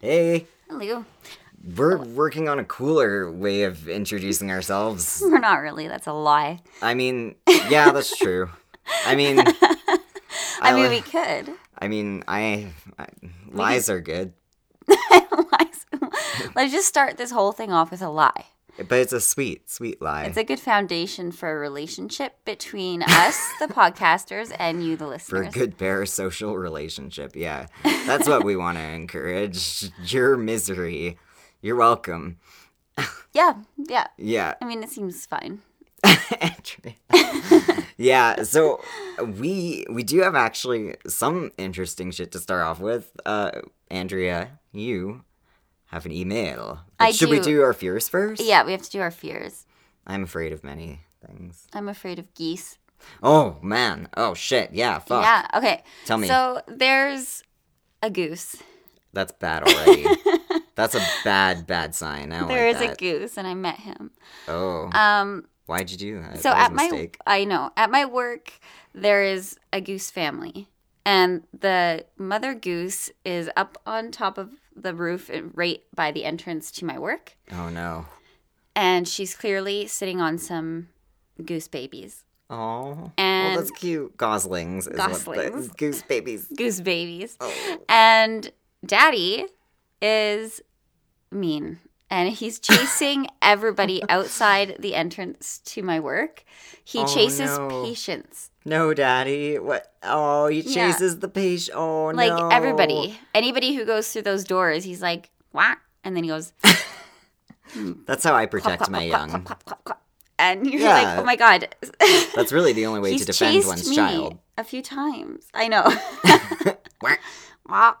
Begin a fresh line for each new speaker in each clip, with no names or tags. Hey,
Hello.
we're working on a cooler way of introducing ourselves.
We're not really. That's a lie.
I mean, yeah, that's true. I mean, I,
I, mean,
li-
we could.
I mean, I, I lies are good,
Lies. Let's just start this whole thing off with a lie.
but it's a sweet, sweet lie.
It's a good foundation for a relationship between us, the podcasters, and you, the
for a
listeners.
good parasocial relationship. Yeah. That's what we want to encourage. Your misery. You're welcome.
Yeah, yeah.
Yeah.
I mean, it seems fine.
yeah, so we we do have actually some interesting shit to start off with. Uh Andrea, you have an email. But
I
Should we
do.
do our fears first?
Yeah, we have to do our fears.
I'm afraid of many things.
I'm afraid of geese.
Oh man. Oh shit. Yeah, fuck.
Yeah, okay.
Tell me.
So there's a goose.
That's bad already. That's a bad, bad sign. I don't
There is
like
a
that.
goose, and I met him.
Oh.
Um,
Why'd you do that?
so at
that was a
my
mistake.
i know at my work there is a goose family and the mother goose is up on top of the roof and right by the entrance to my work
Oh no.
and she's clearly sitting on some goose babies
Oh. well,
And-
that's cute. Goslings. Is What
Goslings.
the, goose babies.
goose babies
Oh.
and daddy is mean and he's chasing everybody outside the entrance to my work he
Oh,
chases
no.
patients
No, daddy. What? Oh, he
Yeah.
chases the patient. Oh no.
like everybody anybody who goes through those doors he's like whack and then he goes clap,
That's how I protect
clap,
my
clap,
young.
clap, clap, clap, clap. and you're
Yeah.
like oh my god
That's really the only way to
he's
defend
chased
one's
me
child.
a few times i know
Quack.
Wah.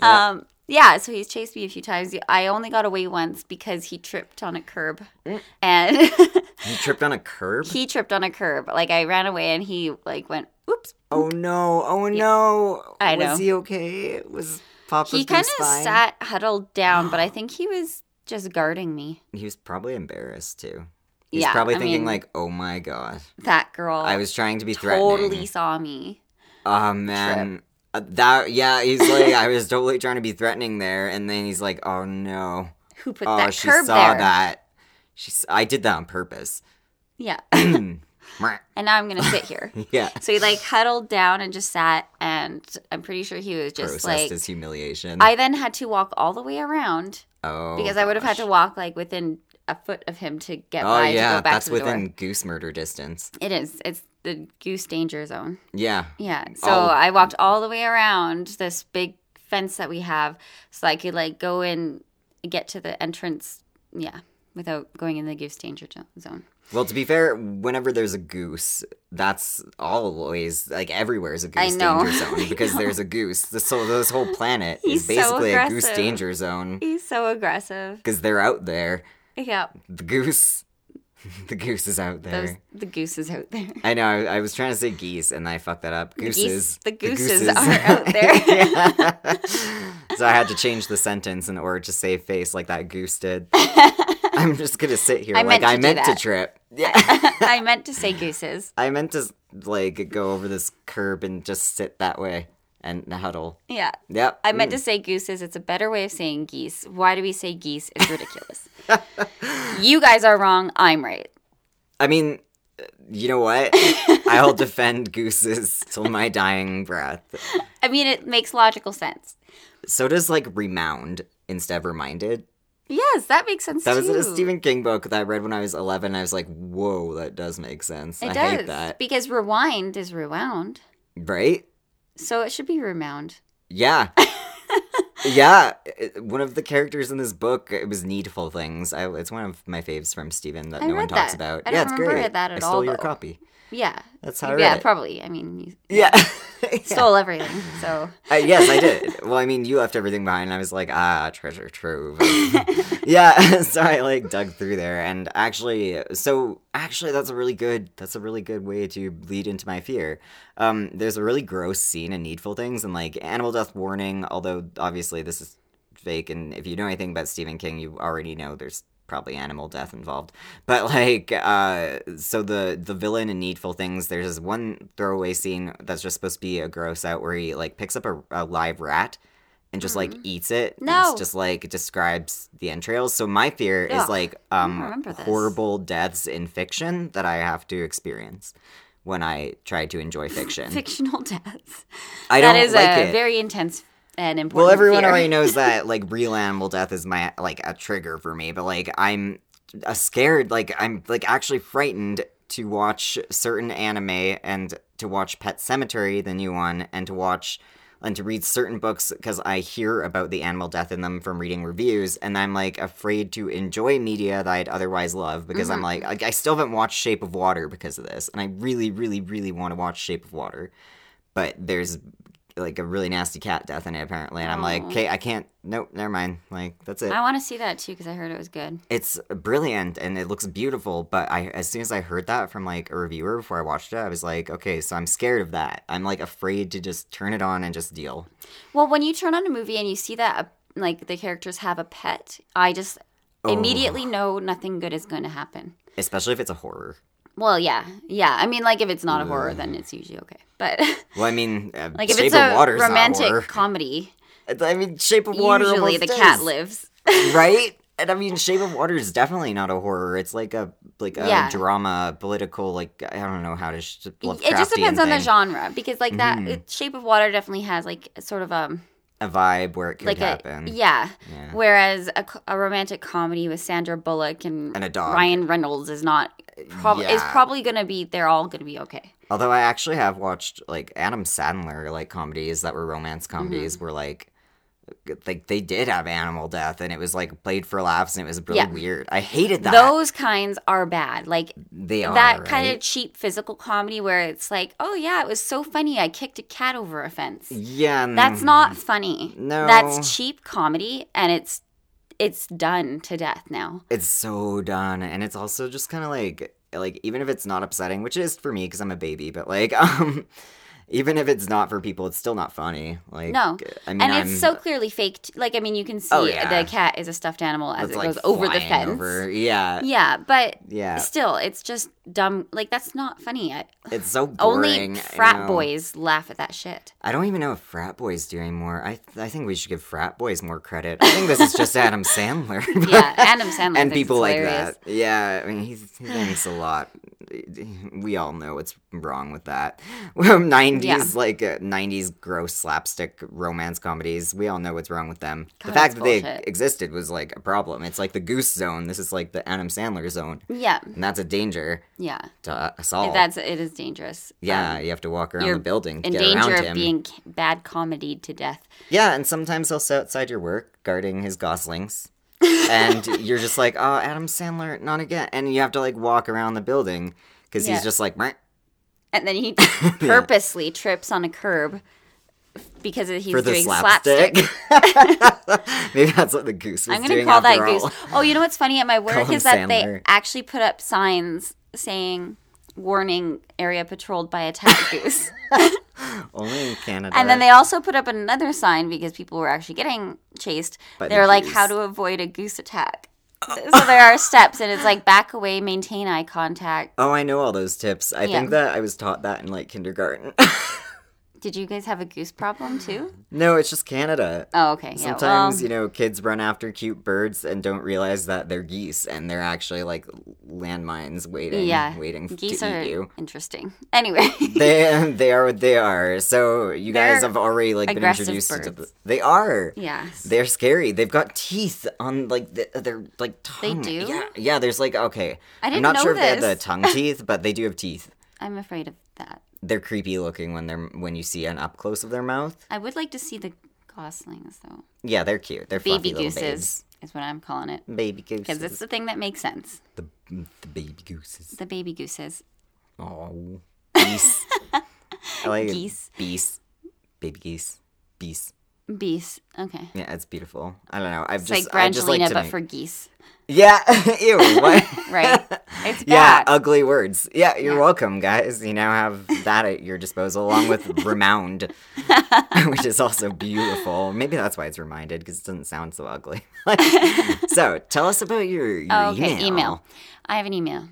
um yeah so he's chased me a few times i only got away once because he tripped on a curb
Mm.
and
He tripped on a curb.
he tripped on a curb like i ran away and he like went oops
oh no. Oh no.
I know.
Was he okay? Was Papa
he
Goose
kind of
fine?
sat huddled down but i think he was just guarding me
He was probably embarrassed too. He's
Yeah,
probably
I
thinking
mean-
like, "Oh my god,
that girl
I was trying to be threatening."
totally saw me.
Oh man, Uh, that yeah. He's like, I was totally trying to be threatening there, and then he's like, oh no,
Who put
oh
that
she
curb
saw
there?
that. She's I did that on purpose.
Yeah.
Mwah.
And now I'm gonna sit here.
yeah,
so he like huddled down and just sat, and I'm pretty sure he was just
processed
like.
his humiliation.
I then had to walk all the way around
oh,
because I would have had to walk like within a foot of him to get
Oh
by to
yeah,
go back
that's
to the
within
door.
goose murder distance.
It is. It's the goose danger zone.
Yeah.
Yeah. So
All-
I walked all the way around this big fence that we have, so I could like go in, get to the entrance. Yeah, without going in the goose danger jo- zone.
Well, to be fair, whenever there's a goose, that's always like everywhere is a
I
goose
know.
danger zone because there's a goose. This, so this whole planet
He's
is
so
basically a goose
aggressive.
danger zone
He's so aggressive.
because they're out there.
Yeah,
The goose. The goose is out there.
those the gooses out there.
I know. I, I was trying to say geese, and I fucked that up.
geese-
Gooses.
the gooses are out there.
Yeah. so I had to change the sentence in order to save face, like that goose did. I'm just gonna sit here,
I
like
meant to
I
do
meant to
that.
trip. Yeah,
I meant to say gooses.
I meant to like go over this curb and just sit that way and huddle.
Yeah.
Yep.
I meant to say gooses. It's a better way of saying geese. Why do we say geese? It's ridiculous. you guys are wrong. I'm right.
I mean, you know what? I'll defend gooses till my dying breath.
I mean, it makes logical sense.
So does like remound instead of reminded.
Yes, that makes sense
That was
too.
a Stephen King book that I read when I was 11. I was like, whoa, that does make sense.
It
I
does
hate that.
because rewind is rewound,
Right?
so it should be rewound.
Yeah. yeah. It- One of the characters in this book, it was Needful Things. I, it's one of my faves from Stephen that
I
no one
read
talks
that.
about.
I
yeah,
don't
it's
remember
great.
that at
I stole
all,
your
though.
copy.
Yeah.
That's how I
yeah,
read it.
probably. I mean, you
Yeah. yeah.
stole everything, so
Uh, yes, I did. Well, I mean, you left everything behind. I was like, ah, treasure trove. yeah, so I like dug through there, and actually, so actually, that's a really good. That's a really good way to lead into my fear. Um, there's a really gross scene in Needful Things, and like Animal Death Warning. Although obviously this is fake, and if you know anything about Stephen King, you already know there's probably animal death involved. But like, uh, so the the villain in Needful Things, there's this one throwaway scene that's just supposed to be a gross out where he like picks up a, a live rat and just like eats it. and
No.
It's just like describes the entrails. So my fear is
Ugh,
like
I don't
um
remember this.
horrible deaths in fiction that I have to experience when I try to enjoy fiction.
Fictional deaths.
I
That
don't
is
like
a
it.
very intense and important.
well, everyone
fear.
already knows that like real animal death is my like a trigger for me, but like I'm uh, scared, like I'm like actually frightened to watch certain anime and to watch Pet Cemetery, the new one, and to watch and to read certain books because I hear about the animal death in them from reading reviews, and I'm like afraid to enjoy media that I'd otherwise love because I'm like, like I still haven't watched Shape of Water because of this, and I really, really, really want to watch Shape of Water but there's like a really nasty cat death in it apparently and i'm like
Oh.
okay i can't nope never mind like that's it
I want to see that too because I heard it was good.
it's brilliant and it looks beautiful but i as soon as i heard that from like a reviewer before i watched it i was like okay so i'm scared of that i'm like afraid to just turn it on and just deal
Well, when you turn on a movie and you see that uh, like the characters have a pet, I just
Oh.
immediately know nothing good is going to happen.
especially if it's a horror
Well, yeah, yeah. I mean, like if it's not a horror, then it's usually okay. But
well i mean uh,
like if
shape
it's a
of water's not
romantic
horror.
comedy,
i mean shape of water
usually
almost
the cat
is,
lives.
right and i mean shape of water is definitely not a horror it's like a like a
Yeah.
drama political like i don't know how to sh-
It just
Lovecraftian
depends on the
thing.
genre because like that
Mm-hmm.
it, Shape of Water definitely has like a sort of um
a vibe where it could
like
happen.
a yeah.
Yeah.
Whereas a, co- a romantic comedy with Sandra Bullock and,
And a dog.
Ryan Reynolds is not prob- is
Yeah.
probably gonna be they're all gonna be okay.
Although I actually have watched like Adam Sandler like comedies that were romance comedies
Mm-hmm.
where like like they did have animal death and it was like played for laughs and it was really
Yeah.
weird. I hated that.
Those kinds are bad. Like
they are
that kind of
right?
cheap physical comedy where it's like, oh yeah, it was so funny. I kicked a cat over a fence.
yeah. and-
That's not funny.
Mm. No.
that's cheap comedy, and it's it's done to death now.
It's so done, and it's also just kind of like like even if it's not upsetting, which it is for me because I'm a baby, but like um. Even if it's not for people, it's still not funny. Like
No.
I mean,
And
I'm,
it's so clearly faked. Like I mean, you can see
Oh, yeah.
the cat is a stuffed animal as
that's,
it
like,
goes over the
flying
fence.
over- Yeah,
Yeah, but
yeah.
still, it's just dumb. Like that's not funny. I,
It's so
only
boring. I
frat
know.
boys laugh at that shit.
I don't even know if frat boys do anymore. I I think we should give frat boys more credit. I think this is just Adam Sandler.
Yeah, Adam Sandler
and
thinks
people
it's
like
hilarious.
that. Yeah, I mean he's, he thinks a lot. We all know what's wrong with that. Nineties like uh, nineties gross slapstick romance comedies. We all know what's wrong with them. the
God,
fact that
that's
they
bullshit.
existed was like a problem. It's like the Goose Zone. This is like the Adam Sandler zone,
Yeah,
and that's a danger
yeah.
to uh, us all.
That's it is dangerous.
Oh. yeah,
Um,
you have to walk around
you're
the building to
in
get
danger
around
of
him.
being c- bad comedy to death.
Yeah, and sometimes he'll sit outside your work guarding his goslings. and you're just like, oh, Adam Sandler, not again. And you have to like walk around the building because
Yeah.
he's just like, "Meh,"
And then he purposely trips on a curb because he's
for the
doing
slapstick. Maybe that's what the goose was
I'm gonna
doing.
call that
after all.
goose. Oh, you know what's funny at my work
him
is that
Sandler.
they actually put up signs saying "Warning: Area patrolled by attack goose."
Only in Canada.
And then they also put up another sign because people were actually getting chased.
By the
They're like,
goose.
how to avoid a goose attack. so there are steps, and it's like back away, maintain eye contact.
Oh, I know all those tips. I
Yeah.
think that I was taught that in like kindergarten.
Did you guys have a goose problem too?
no, it's just Canada.
Oh, okay. Yeah,
Sometimes,
well,
you know, kids run after cute birds and don't realize that they're geese and they're actually like landmines waiting,
yeah,
waiting f-
geese
to
are
eat you.
interesting. Anyway,
they they are what they are. So you
They're
guys have already like been
aggressive
introduced to the,
birds.
they are.
yeah.
They're scary. They've got teeth on like the, their like tongue.
do?
Yeah, yeah. There's like okay.
I
am
didn't
not
know
sure if they have
this.
the tongue teeth, but they do have teeth.
I'm afraid of that.
They're creepy looking when they're when you see an up close of their mouth.
I would like to see the goslings though.
Yeah, they're cute. They're fluffy
Baby
little
gooses is what I'm calling it
babes. Baby
because
gooses.
it's the thing that makes sense.
The the baby gooses.
The baby gooses.
Oh, geese. I like it.
Geese.
Beast. Baby geese. Beast.
Beast. Okay.
Yeah, it's beautiful. I don't know. I've
It's
just
like
I just
Brangelina,
like to
but
make-
for geese.
Yeah. Ew. What?
Right? It's bad.
yeah. Ugly words. Yeah. You're
Yeah.
welcome, guys. You now have that at your disposal, along with remound, which is also beautiful. Maybe that's why it's reminded because it doesn't sound so ugly. so tell us about your, your
Oh, okay,
email. Mm-hmm.
email. I have an email.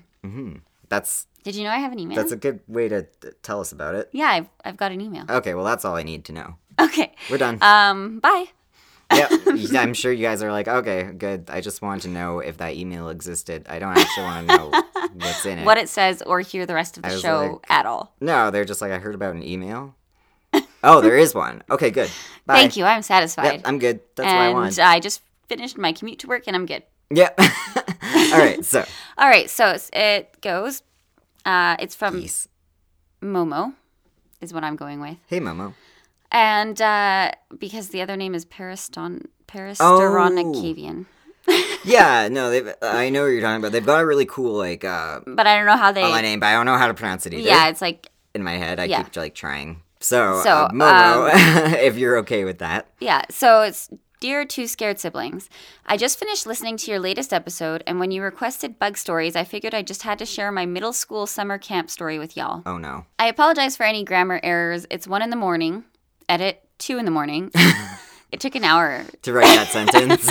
That's
Did you know I have an email?
that's a good way to t- tell us about it.
yeah, I've, I've got an email.
Okay. Well, that's all I need to know.
Okay.
We're done.
Um, bye.
yep. I'm sure you guys are like, okay, good. I just want to know if that email existed. I don't actually want to know what's in it.
what it says or hear the rest of
I
the
was
show
like-
at all.
No, they're just like, I heard about an email. oh, there is one. Okay, good. Bye.
Thank you. I'm satisfied.
Yep, I'm good. That's what I
and uh,
want.
I just finished my commute to work and I'm good.
yep. All right. So,
All right, so it's- it goes. Uh, it's from
peace.
Momo, is what I'm going with,
Hey, Momo.
and uh, because the other name is Periston Peristeronicavian,
Oh. Yeah, no, they've, I know what you're talking about. They've got a really cool like uh,
but I don't know how they.
online name, but I don't know how to pronounce it either.
yeah, it's like
in my head, I
Yeah.
keep like trying. So,
So, um,
uh, Momo, if you're okay with that,
Yeah, so it's Dear Two Scared Siblings. I just finished listening to your latest episode, and when you requested bug stories, I figured I just had to share my middle school summer camp story with y'all.
oh no,
I apologize for any grammar errors. It's one in the morning, edit two in the morning. it took an hour.
to write that sentence,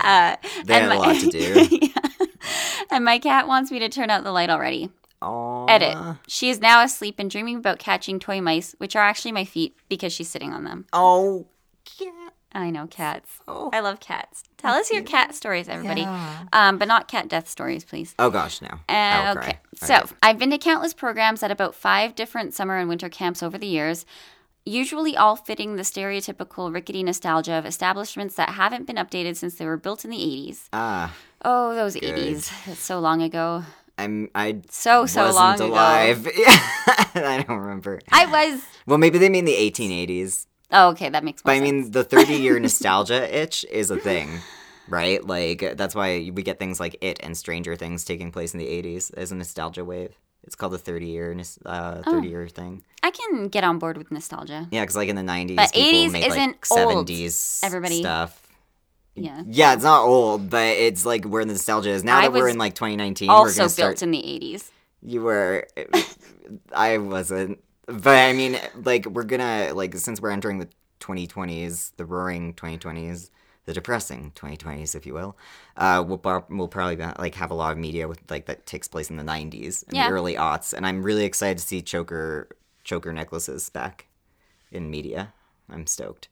Uh,
they had
and
a
my-
lot to do.
Yeah. And my cat wants me to turn out the light already.
Aw.
Edit. She is now asleep and dreaming about catching toy mice, which are actually my feet because she's sitting on them.
Oh, yeah.
I know cats.
Oh.
I love cats. Tell us your cat stories, everybody.
Yeah.
Um, but not cat death stories, please.
Oh gosh, no.
Uh,
I'll cry.
okay.
All
So
right.
I've been to countless programs at about five different summer and winter camps over the years, usually all fitting the stereotypical rickety nostalgia of establishments that haven't been updated since they were built in the 80s.
ah,
Oh, those 80s. It's so long ago.
I'm I
So, so
wasn't
long ago.
alive. I don't remember.
I was.
Well, maybe they mean the 1880s.
Oh, okay. That makes
But
more
I
sense.
mean, the 30 year nostalgia itch is a thing, right? Like, that's why we get things like It and Stranger Things taking place in the 80s as a nostalgia wave. It's called the 30 year nos- uh,
Oh.
30 year thing.
I can get on board with nostalgia.
Yeah, because like in the 90s,
But
people
80s
made like
isn't old,
70s
everybody.
stuff.
Yeah.
Yeah, it's not old, but it's like where the nostalgia is. Now
I
that we're
was
in like 2019, we're
Also
gonna
built
start.
in the 80s.
You were. I wasn't. But I mean, like, we're gonna, like, since we're entering the 2020s, the roaring 2020s, the depressing 2020s, if you will, uh, we'll, bar- we'll probably, be- like, have a lot of media with, like, that takes place in the 90s and
Yeah.
the early aughts. And I'm really excited to see choker, choker necklaces back in media. I'm stoked.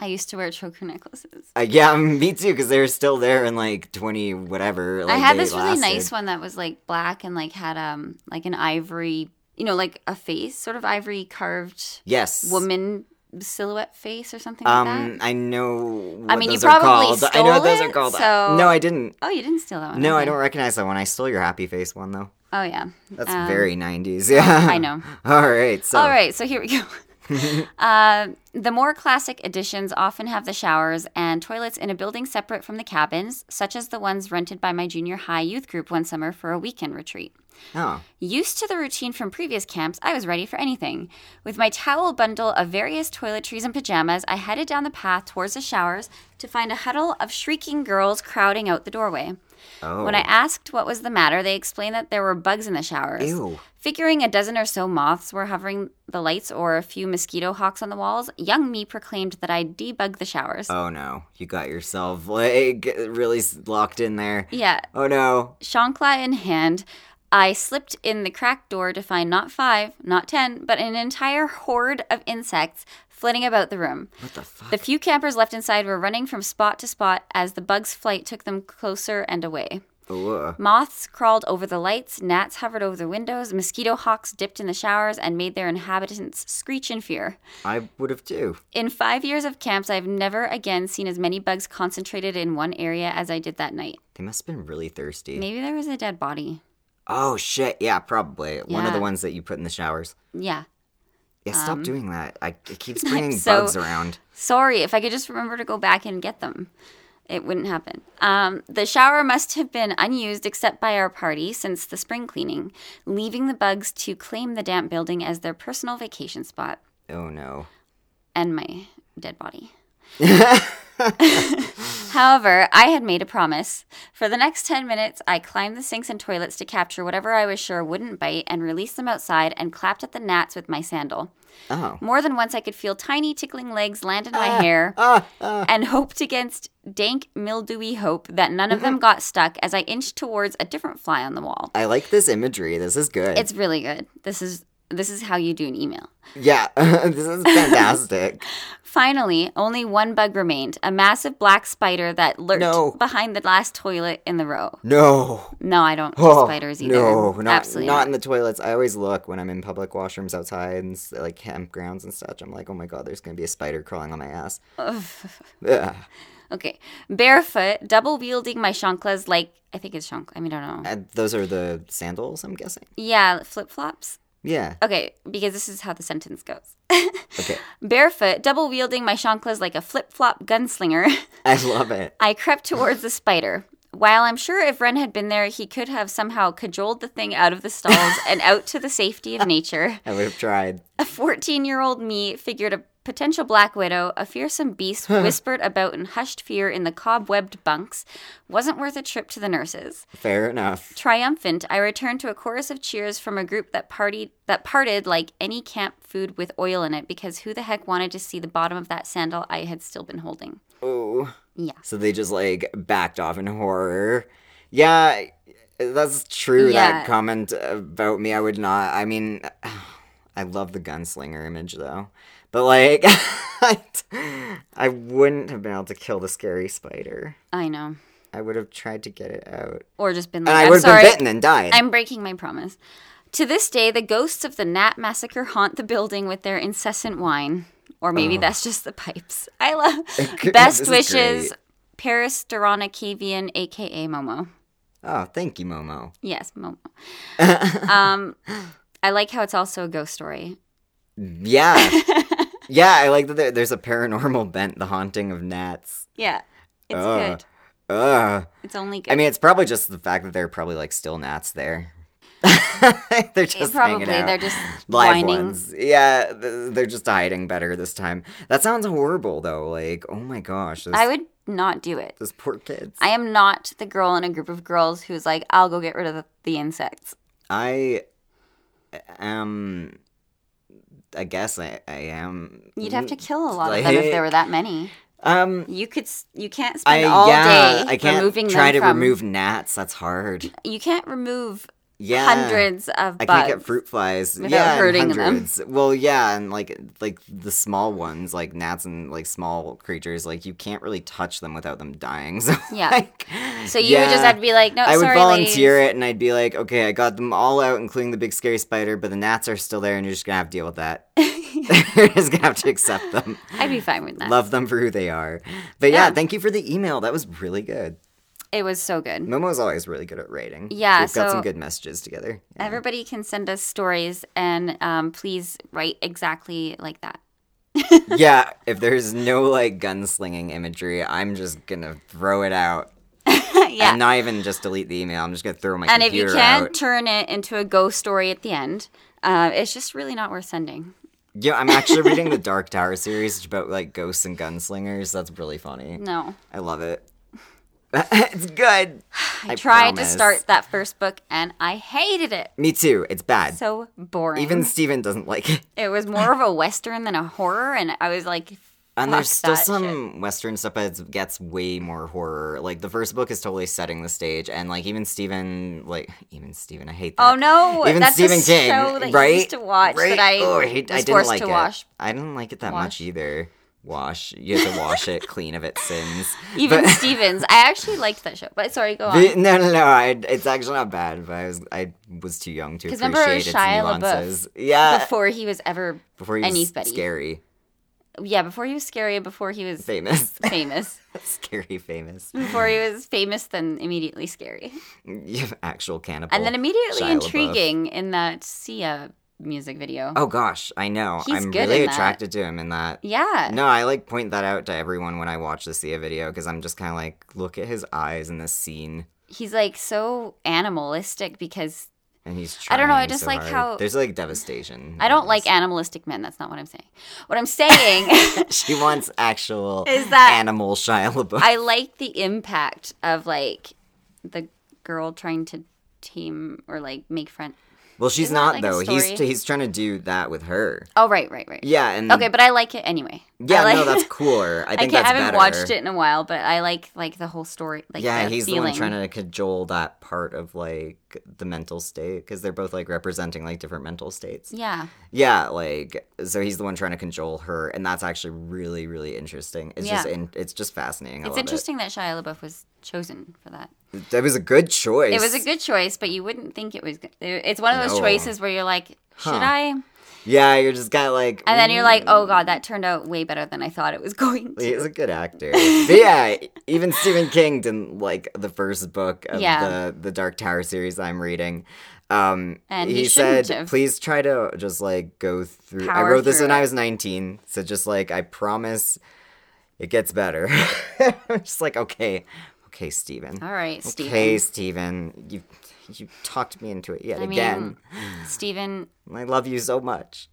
I used to wear choker necklaces.
Uh, yeah, me too, because they were still there in, like, 20 whatever. Like,
I had
they
this really
lasted.
nice one that was like black and like had um like an ivory, you know, like a face, sort of ivory carved
Yes.
woman silhouette face or something like
Um,
that.
I know. What
mean, you
those are
probably
called. I know what
stole
those are
it,
called.
so-
No, I didn't.
Oh, you didn't steal that one.
No, I
okay.
don't recognize that one. I stole your happy face one though.
Oh yeah.
That's
Um,
very '90s. Yeah,
I know.
All right, so
All right, so here we go. uh, the more classic editions often have the showers and toilets in a building separate from the cabins, such as the ones rented by my junior high youth group one summer for a weekend retreat.
oh,
Used to the routine from previous camps, I was ready for anything. With my towel bundle of various toiletries and pajamas, I headed down the path towards the showers to find a huddle of shrieking girls crowding out the doorway.
oh,
When I asked what was the matter, they explained that there were bugs in the showers.
ew,
Figuring a dozen or so moths were hovering the lights or a few mosquito hawks on the walls, young me proclaimed that I'd debug the showers.
oh no, you got yourself like really s- locked in there.
yeah,
Oh no,
Shankla in hand, I slipped in the cracked door to find not five, not ten, but an entire horde of insects flitting about the room.
what the fuck?
The few campers left inside were running from spot to spot as the bug's flight took them closer and away.
Ugh.
Moths crawled over the lights, gnats hovered over the windows, mosquito hawks dipped in the showers and made their inhabitants screech in fear.
I would have too.
In five years of camps, I've never again seen as many bugs concentrated in one area as I did that night.
They must have been really thirsty.
Maybe there was a dead body.
Oh shit, yeah, probably one of
Yeah.
the ones that you put in the showers.
Yeah.
Yeah, stop doing that. I, it keeps bringing
so-
bugs around.
Sorry, if I could just remember to go back and get them, it wouldn't happen. Um, the shower must have been unused except by our party since the spring cleaning, leaving the bugs to claim the damp building as their personal vacation spot
Oh no.
and my dead body.
Oh.
However, I had made a promise. For the next 10 minutes, I climbed the sinks and toilets to capture whatever I was sure wouldn't bite and released them outside and clapped at the gnats with my sandal.
Oh.
More than once, I could feel tiny tickling legs land in my hair
Ah, ah.
and hoped against dank, mildewy hope that none of
Mm-hmm.
them got stuck as I inched towards a different fly on the wall.
I like this imagery. This is good.
It's really good. This is This is how you do an email.
Yeah, this is fantastic.
Finally, only one bug remained a massive black spider that lurked
No.
behind the last toilet in the row.
no.
No, I don't do
Oh,
spiders either.
No, not,
Absolutely
not
not.
in the toilets. I always look when I'm in public washrooms outside and s- like campgrounds and such. I'm like, oh my god, there's gonna be a spider crawling on my ass. Ugh.
Okay. Barefoot, double wielding my chanclas like, I think it's chancla. I mean, I don't know.
And those are the sandals, I'm guessing.
Yeah, flip flops.
Yeah.
Okay, because this is how the sentence goes.
Okay.
Barefoot, double wielding my chanclas like a flip flop gunslinger,
I love it.
I crept towards the spider. While I'm sure if Ren had been there, he could have somehow cajoled the thing out of the stalls and out to the safety of nature.
I would have tried.
A 14 year old me figured a potential black widow, a fearsome beast whispered about in hushed fear in the cobwebbed bunks, wasn't worth a trip to the nurses.
Fair enough.
Triumphant, I returned to a chorus of cheers from a group that partied that parted like any camp food with oil in it because who the heck wanted to see the bottom of that sandal I had still been holding?
Oh.
Yeah.
So they just like backed off in horror. Yeah, that's true.
Yeah.
That comment about me, I would not. I mean, I love the gunslinger image though, but like, I, I wouldn't have been able to kill the scary spider.
I know.
I would have tried to get it out,
Or just been
and
like,
I
I'm
would have
sorry,
been bitten and died.
I'm breaking my promise. To this day, the ghosts of the Nat Massacre haunt the building with their incessant whine. Or maybe that's just the pipes. I love
This
best
is
wishes,
great.
Paris Doranacavian, aka Momo.
Oh, thank you, Momo.
Yes, Momo. um, I like how it's also a ghost story.
Yeah, yeah. I like that. There, there's a paranormal bent, the haunting of gnats.
Yeah, it's
Ugh.
good.
Ugh.
It's only good.
I mean, it's probably just the fact that there are probably like still gnats there. they're
It-
just
probably
hanging out.
they're just
live
whining.
ones. Yeah, th- they're just hiding better this time. That sounds horrible though. Like, oh my gosh, those,
I would not do it.
those poor kids.
I am not the girl in a group of girls who's like, I'll go get rid of the, the insects.
I am. I guess I, I am.
You'd have to
Mm.
kill a lot of them if there were that many.
Um,
You could. s- You can't
I
spend all
yeah,
day
I can't
removing
try
them
to
from.
remove gnats. That's hard.
You can't remove
Yeah,
hundreds of bugs.
I can't get fruit flies
without
yeah, and
hurting them.
hundreds. Well, yeah, and like like the small ones, like gnats and like small creatures, like you can't really touch them without them dying. So
Yeah.
like,
So you would just
yeah.
have to be like, no,
I would
sorry,
volunteer
ladies.
it, and I'd be like, okay, I got them all out, including the big scary spider, but the gnats are still there, and you're just gonna have to deal with that. you're just gonna have to accept them,
I'd be fine with that.
love them for who they are. But yeah,
Yeah.
thank you for the email. That was really good.
It was so good.
Momo's always really good at rating.
Yeah,
we've got
so-
some good messages together. Yeah.
Everybody can send us stories, and um, please write exactly like that.
yeah, if there's no like gunslinging imagery, I'm just gonna throw it out
yeah.
and not even just delete the email. I'm just gonna throw my
And if
computer
you can't
out.
turn it into a ghost story at the end, uh, it's just really not worth sending.
Yeah, I'm actually reading the Dark Tower series which is about like ghosts and gunslingers. That's really funny.
No.
I love it. it's good.
I, tried
promise.
to start that first book and I hated it.
Me too. It's bad.
So boring.
even Steven doesn't like it.
it was more of a western than a horror, and I was like, Fuck
And there's still
that
some Western stuff, but it gets way more horror. Like the first book is totally setting the stage, and like even Steven, like even Steven, I hate that.
"Oh no,
even
that's
Stephen
a
King,
show that
right?
you used to watch
right?
that I
oh, I,
was
hate- I didn't
forced
like
to
it.
watch."
I didn't like it that
Wash.
much either. Wash. You have to wash it clean of its sins.
Even
But-
Stevens, I actually liked that show, but sorry, go on.
The- no, no, no. I, it's actually not bad, but I was I was too young to
'Cause
appreciate
remember it was
its
Shia LaBeouf
nuances. Yeah,
Before he was ever,
before he was
anybody.
scary,
yeah, before he was scary, before he was
famous,
famous,
scary, famous,
before he was famous, then immediately scary,
You have actual cannibal.
and then immediately
Oh, Shia LaBeouf.
intriguing in that Sia music video.
Oh gosh, I know.
He's
I'm
good
really
in that.
attracted to him in that.
Yeah,
No, I like point that out to everyone when I watch the Sia video because I'm just kind of like, look at his eyes in this scene,
he's like so animalistic because
and he's.
I
Trying
don't know, I just
so
like
hard.
how-
there's like devastation.
I don't like animalistic men. That's not what I'm saying. What I'm saying
She wants actual
Is that-
animal Shia LaBeouf.
I like the impact of like the girl trying to tame or like make friends.
Well, she's
Isn't that,
not
like, a
though. He's
story?
he's trying to do that with her.
Oh right, right, right.
Yeah, and
Okay, but I like it anyway.
yeah,
I like,
no, that's cooler. I
I,
think
can't, I
that's
haven't
better.
watched it in a while, but I like like the whole story. Like
Yeah,
the
he's
feeling.
the one trying to cajole that part of like like the mental state because they're both like representing like different mental states.
Yeah.
Yeah, like so he's the one trying to cajole her, and that's actually really really interesting. It's just
Yeah.
in, it's just fascinating. I
It's
love it.
interesting that Shia LaBeouf was chosen for that.
That was a good choice.
It was a good choice, but you wouldn't think it was good. It's one of those
No.
choices where you're like, should
Huh.
I?
yeah. You're just kind of like,
And then you're like, oh god, that turned out way better than I thought it was going to.
He's a good actor. But yeah, even Stephen King didn't like the first book of
Yeah.
the, the Dark Tower series I'm reading. Um,
And he
he,
shouldn't
said,
have.
please try to just like go through. I
Power
wrote this
through
when
it.
I was 19. So just like, I promise it gets better. I'm just like, okay, okay, Stephen.
All right, Steven.
Okay, Stephen. You, you talked me into it yet
I mean-
again.
Steven,
I love you so much.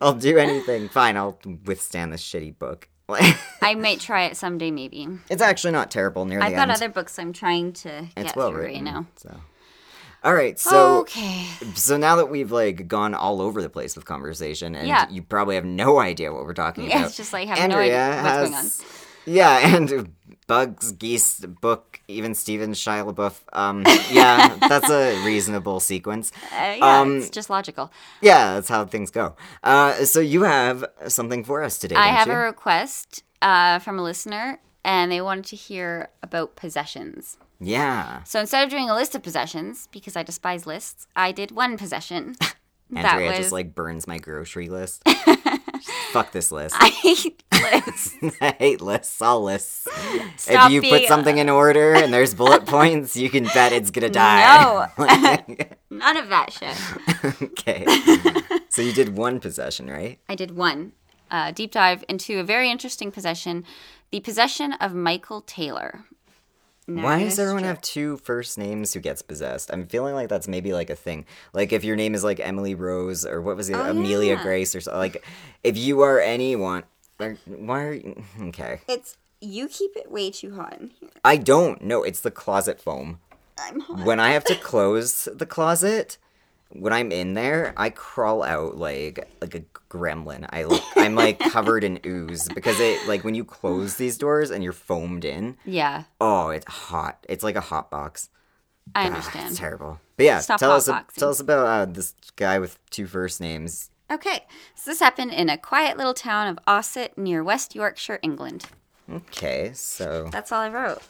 I'll do anything. Fine, I'll withstand this shitty book.
I might try it someday maybe.
It's actually not terrible near
I've
the
got
end.
other books I'm trying to
it's
get
well
through
written.
right now.
So, all right. So,
okay.
so now that we've like gone all over the place with conversation, and
Yeah.
you probably have no idea what we're talking
Yeah,
about.
it's just like I have
Andrea
no idea what's going on.
has, yeah, and Bugs, Geese, Book, even Steven Shia LaBeouf. Um, yeah, that's a reasonable sequence.
Uh, yeah,
um,
it's just logical.
Yeah, that's how things go. Uh, so you have something for us today,
I
don't
have
you?
a request uh, from a listener, and they wanted to hear about possessions.
yeah,
So instead of doing a list of possessions, because I despise lists, I did one possession.
Andrea
that was
just like burns my grocery list. Fuck this list.
I hate lists.
I hate lists, all lists.
Stop
if you
being-
put something in order and there's bullet points, you can bet it's gonna die.
No, none of that shit.
okay. so you did one possession, right?
I did one uh, deep dive into a very interesting possession, the possession of Michael Taylor. Now
Why
I'm
does
gonna
everyone
str-
have two first names who gets possessed? I'm feeling like that's maybe like a thing. Like if your name is like Emily Rose or what was it, Amelia
Oh, yeah.
Grace or something. Like if you are anyone, like, why are you? Okay,
It's you keep it way too hot in here.
I don't know. It's the closet foam.
I'm hot.
when I have to close the closet, when I'm in there, I crawl out like like a gremlin. I look, I'm like covered in ooze because it like when you close these doors and you're foamed in.
Yeah,
Oh, it's hot. It's like a hot box.
I
Ah, it's
understand.
terrible. But yeah,
Stop
tell us
hotboxing.
tell us about uh, this guy with two first names.
Okay, so this happened in a quiet little town of Ossett near West Yorkshire, England.
Okay, so
That's all I wrote.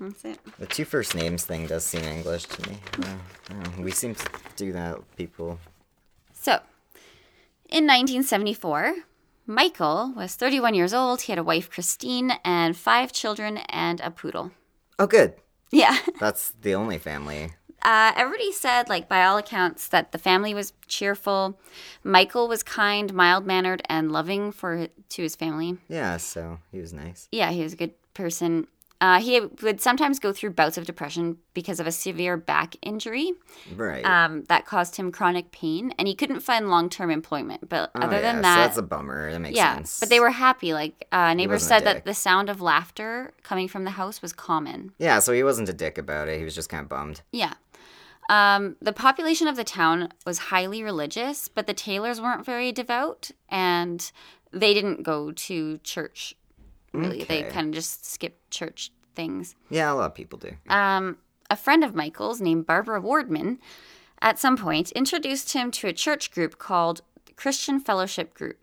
That's it.
the two first names thing does seem English to me. Uh, I don't know. we seem to do that, people.
So, in 1974, Michael was 31 years old. He had a wife, Christine, and five children and a poodle.
Oh, good.
Yeah.
That's the only family.
Uh, everybody said, like, by all accounts, that the family was cheerful. Michael was kind, mild mannered, and loving for to his family.
Yeah, so he was nice.
Yeah, he was a good person. Uh, he would sometimes go through bouts of depression because of a severe back injury
Right.
um, that caused him chronic pain, and he couldn't find long term employment. But
Oh,
other
yeah,
than that,
so that's a bummer. That makes
yeah,
sense.
but they were happy. Like uh, neighbors
wasn't a
said that
dick.
the sound of laughter coming from the house was common.
Yeah, so he wasn't a dick about it. He was just kind of bummed.
Yeah. Um, the population of the town was highly religious, but the Taylors weren't very devout and they didn't go to church really. They
Okay.
kind of just skipped church things.
Yeah, a lot of people do.
Um, a friend of Michael's named Barbara Wardman at some point introduced him to a church group called Christian Fellowship Group,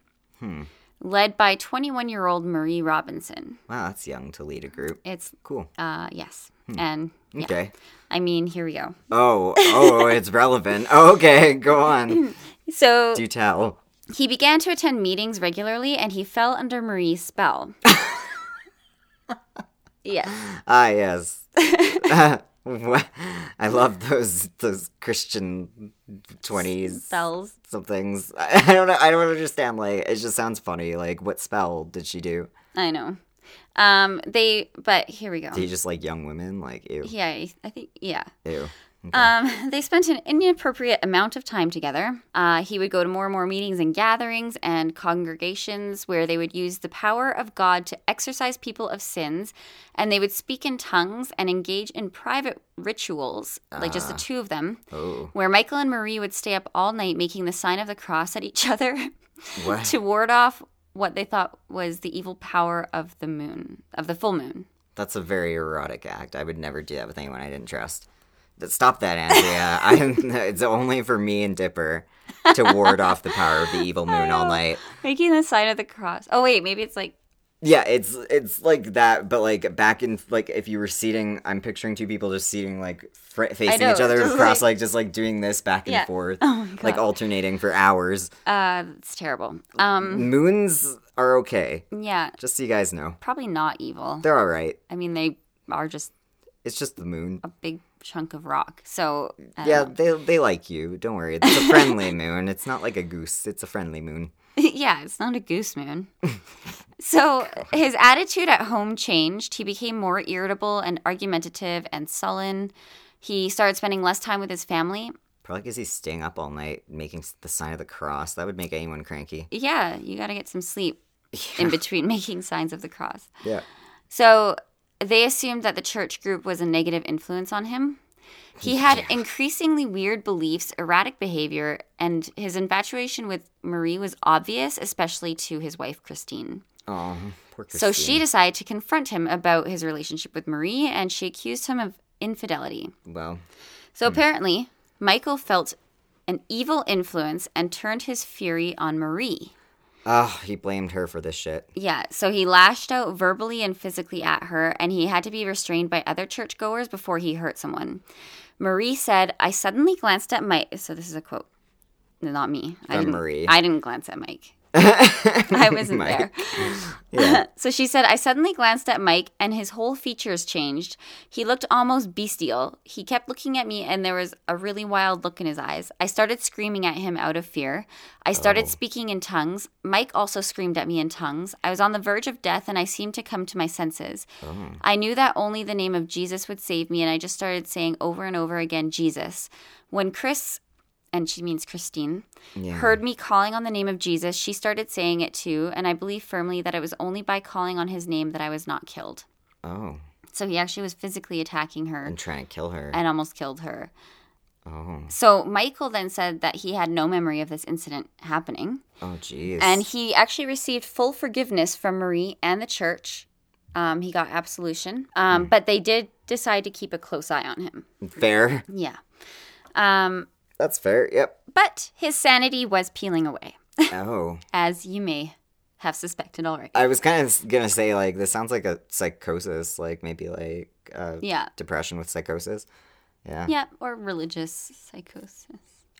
led by 21 year old Marie Robinson.
Wow, that's young to lead a group.
It's,
Cool.
uh, yes. And yeah,
Okay.
I mean, here we go.
Oh, oh, it's relevant. Oh, okay, go on.
So,
Do tell.
He began to attend meetings regularly and he fell under Marie's spell. yes.
Ah, yes. Wha- I love those those Christian twenties
Spells.
somethings. I don't know. I don't understand. Like, it just sounds funny. Like, what spell did she do?
I know. Um they but here we go.
Did he just like young women? Like, ew,
Yeah, I- I think yeah.
ew.
Um, they spent an inappropriate amount of time together. Uh, he would go to more and more meetings and gatherings and congregations where they would use the power of God to exorcise people of sins, and they would speak in tongues and engage in private rituals, like just the two of them,
Oh,
where Michael and Marie would stay up all night making the sign of the cross at each other
what?
to ward off what they thought was the evil power of the moon, of the full moon.
That's a very erotic act. I would never do that with anyone I didn't trust. Th- Stop that, Andrea. I'm, it's only for me and Dipper to ward off the power of the evil moon all night.
Making the sign of the cross. Oh wait, maybe it's like
Yeah, it's it's like that, but like back in like if you were seating, I'm picturing two people just seating like fr- facing
know,
each other
just
across,
like-
like, just like doing this back and
Yeah.
forth,
Oh my
like
God.
alternating for hours.
uh it's terrible. Um
Moons are okay,
yeah,
just so you guys know,
probably not evil.
they're all right.
I mean, they are just
It's just the moon.
a big chunk of rock. So I
Yeah,
don't
they they like you. Don't worry. It's a friendly moon. It's not like a goose. It's a friendly moon.
know. yeah, it's not a goose moon. so his attitude at home changed. He became more irritable and argumentative and sullen. He started spending less time with his family.
Probably because he's staying up all night making s- the sign of the cross. That would make anyone cranky.
Yeah, you got to get some sleep in between making signs of the cross.
Yeah.
So they assumed that the church group was a negative influence on him. He had increasingly weird beliefs, erratic behavior, and his infatuation with Marie was obvious, especially to his wife, Christine.
Oh, poor Christine.
So she decided to confront him about his relationship with Marie, and she accused him of infidelity.
Well,
So apparently, Michael felt an evil influence and turned his fury on Marie.
oh, he blamed her for this shit.
Yeah, so he lashed out verbally and physically at her, and he had to be restrained by other churchgoers before he hurt someone. Marie said, I suddenly glanced at Mike. So this is a quote. No, not me. I
From
didn't,
Marie.
I didn't glance at Mike. I wasn't there.
Yeah.
So she said, I suddenly glanced at Mike, and his whole features changed. He looked almost bestial. He kept looking at me, and there was a really wild look in his eyes. I started screaming at him out of fear. I started
Oh.
speaking in tongues. Mike also screamed at me in tongues. I was on the verge of death, and I seemed to come to my senses.
Oh.
I knew that only the name of Jesus would save me, and I just started saying over and over again, Jesus. When Chris, and she means Christine,
Yeah.
heard me calling on the name of Jesus, she started saying it too, and I believe firmly that it was only by calling on his name that I was not killed.
Oh,
So he actually was physically attacking her
and trying to kill her.
and almost killed her.
Oh,
So Michael then said that he had no memory of this incident happening,
oh, jeez.
and he actually received full forgiveness from Marie and the church. Um, he got absolution, um, but they did decide to keep a close eye on him.
fair.
Yeah. Um,
That's fair. Yep.
but his sanity was peeling away,
Oh,
as you may have suspected already.
I was kind of gonna say like this sounds like a psychosis, like maybe like uh,
Yeah.
depression with psychosis. Yeah.
Yeah, or religious psychosis.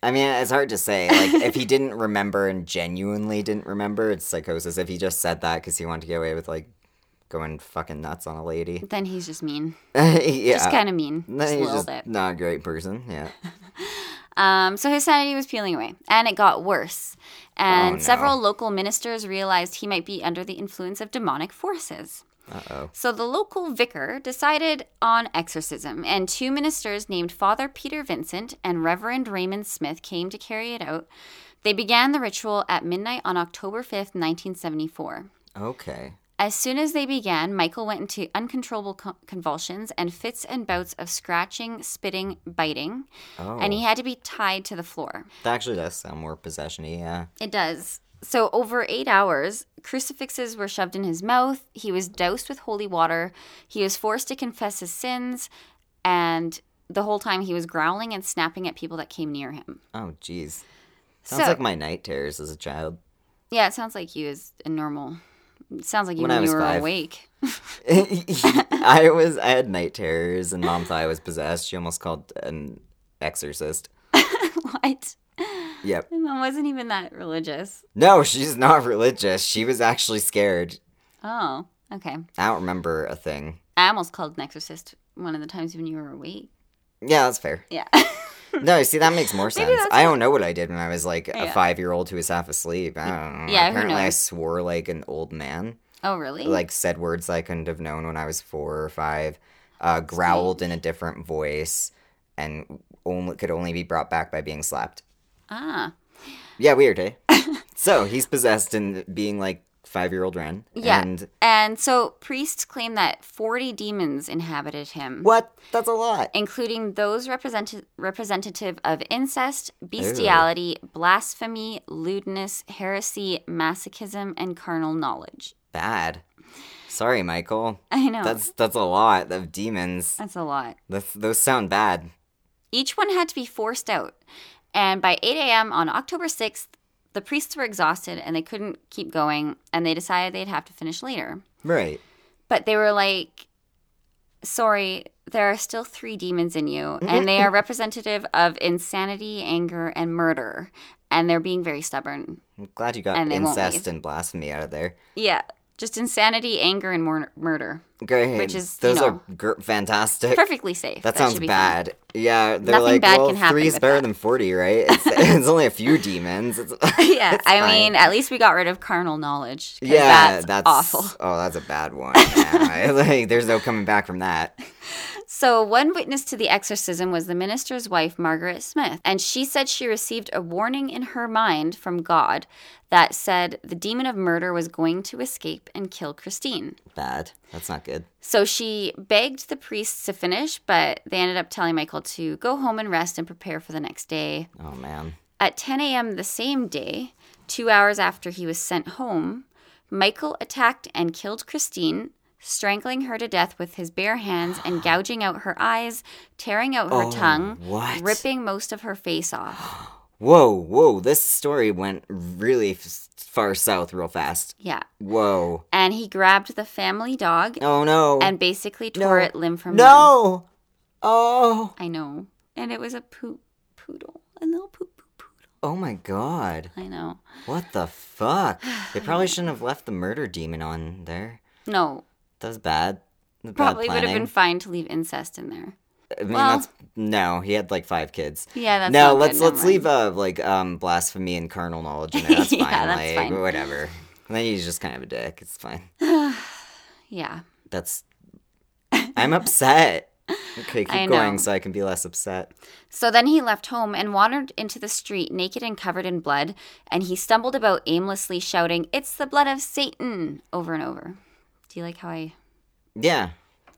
I mean, it's hard to say. Like, if he didn't remember and genuinely didn't remember, it's psychosis. If he just said that because he wanted to get away with like going fucking nuts on a lady,
Then he's just mean.
yeah,
Just kind of mean.
Then
just a
he's
little
just
bit.
not a great person. Yeah,
Um, so his sanity was peeling away, and it got worse. And
Oh, no.
several local ministers realized he might be under the influence of demonic forces.
uh oh,
So the local vicar decided on exorcism, and two ministers named Father Peter Vincent and Reverend Raymond Smith came to carry it out. They began the ritual at midnight on October 5th, 1974.
okay.
As soon as they began, Michael went into uncontrollable co- convulsions and fits and bouts of scratching, spitting, biting,
Oh,
and he had to be tied to the floor.
that actually does sound more possession-y. Yeah.
It does. So, over eight hours, crucifixes were shoved in his mouth. He was doused with holy water. He was forced to confess his sins. And the whole time, he was growling and snapping at people that came near him.
Oh, jeez. Sounds
So-
like my night terrors as a child.
Yeah, it sounds like you is a normal. It sounds like you
When
when,
I
you
was
were
five.
awake.
I was. I had night terrors, and mom thought I was possessed. She almost called an exorcist.
what?
Yep.
My mom wasn't even that religious.
No, she's not religious. She was actually scared.
Oh, okay.
I don't remember a thing.
I almost called an exorcist one of the times when you were awake.
Yeah, that's fair.
Yeah.
No, see, that makes more sense.
Hmm. that's
I don't know what I did when I was like a
Yeah.
five year old who was half asleep. I don't know.
Yeah, who
Apparently, I
knows?
swore like an old man,
oh, really?
like said words I couldn't have known when I was four or five, uh, growled in a different voice, and only could only be brought back by being slapped.
ah.
Yeah, weird, eh? so he's possessed and being like five year old Ren.
Yeah.
And
And so priests claim that 40 demons inhabited him,
what? That's a lot.
including those represented representative of incest, bestiality, blasphemy, lewdness, heresy, masochism, and carnal knowledge.
Bad. Sorry, Michael.
I know. That's,
That's that's a lot of demons.
a lot.
That's, those sound bad.
Each one had to be forced out. And by 8 a.m. on October 6th, the priests were exhausted and they couldn't keep going, and they decided they'd have to finish later.
Right.
But they were like, sorry, there are still three demons in you,
Mm-hmm.
and they are representative of insanity, anger, and murder. And they're being very stubborn.
I'm glad you got
And they won't leave.
incest and blasphemy out of there.
Yeah, just insanity, anger, and mor- murder.
Great.
Which is, you
those
know,
are gr- fantastic.
Perfectly safe.
That
should
sounds
be fine.
bad. Yeah, they're
Nothing
like,
bad
well,
can happen
three's
with
better
that.
than forty, right? It's, it's only a few demons. It's,
yeah,
it's
I
fine.
mean, at least we got rid of carnal knowledge. 'cause
yeah,
that's, awful.
Oh, that's a bad one. Yeah, like, there's no coming back from that.
So, one witness to the exorcism was the minister's wife, Margaret Smith, and she said she received a warning in her mind from God that said the demon of murder was going to escape and kill Christine.
Bad. That's not good.
So she begged the priests to finish, but they ended up telling Michael to go home and rest and prepare for the next day.
Oh man.
At 10 a.m. the same day, two hours after he was sent home, Michael attacked and killed Christine, strangling her to death with his bare hands and gouging out her eyes, tearing out her
Oh,
tongue,
what?
ripping most of her face off.
Whoa, whoa. This story went really f- far south real fast.
Yeah.
Whoa.
And he grabbed the family dog
Oh no.
and basically tore it limb from limb.
no. Oh.
I know. And it was a poop poodle, a little poop poop poodle.
Oh my god.
I know.
What the fuck? They probably shouldn't have left the murder demon on there.
No,
That was bad. Bad
probably would have
planning.
been fine to leave incest in there.
I mean,
Well-
that's no. He had like five kids.
Yeah, that's
no.
not
let's
good,
let's
never
leave
mind.
uh like um blasphemy and carnal knowledge. In there. That's fine.
Yeah, that's
like
fine.
whatever. And then he's just kind of a dick. It's fine.
Yeah,
That's. I'm upset. Okay, keep
I know.
going so I can be less upset.
So then he left home and wandered into the street naked and covered in blood, and he stumbled about aimlessly shouting, It's the blood of Satan! over and over. Do you like how I.
Yeah,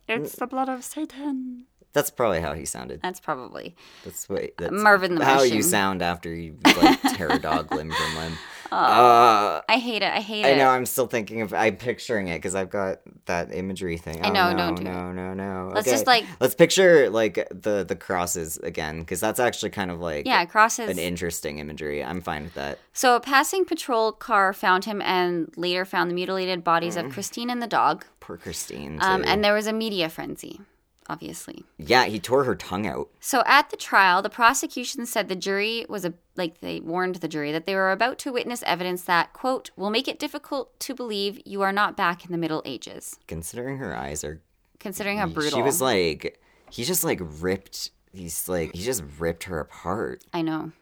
It's the blood of Satan!
that's probably how he sounded.
That's probably.
That's what that's
Mervyn the
how you
Martian.
sound after you like tear a dog limb from limb. Uh,
I hate it. I hate
I
it.
know. I'm still thinking of. I'm picturing it because I've got that imagery thing.
I
Oh,
know,
No,
don't do it.
no, no, no.
Let's
Okay.
just, like-
let's picture like the the crosses again because that's actually kind of like
Yeah, crosses.
an interesting imagery. I'm fine with that.
so a passing patrol car found him and later found the mutilated bodies
Mm.
of Christine and the dog.
Poor Christine.
Um,
too.
and there was a media frenzy, obviously.
yeah, he tore her tongue out.
So at the trial, the prosecution said the jury was a like they warned the jury that they were about to witness evidence that quote will make it difficult to believe you are not back in the Middle Ages,
Considering her eyes are,
considering how brutal.
she was like, he just like ripped. He's like, he just ripped her apart.
I know,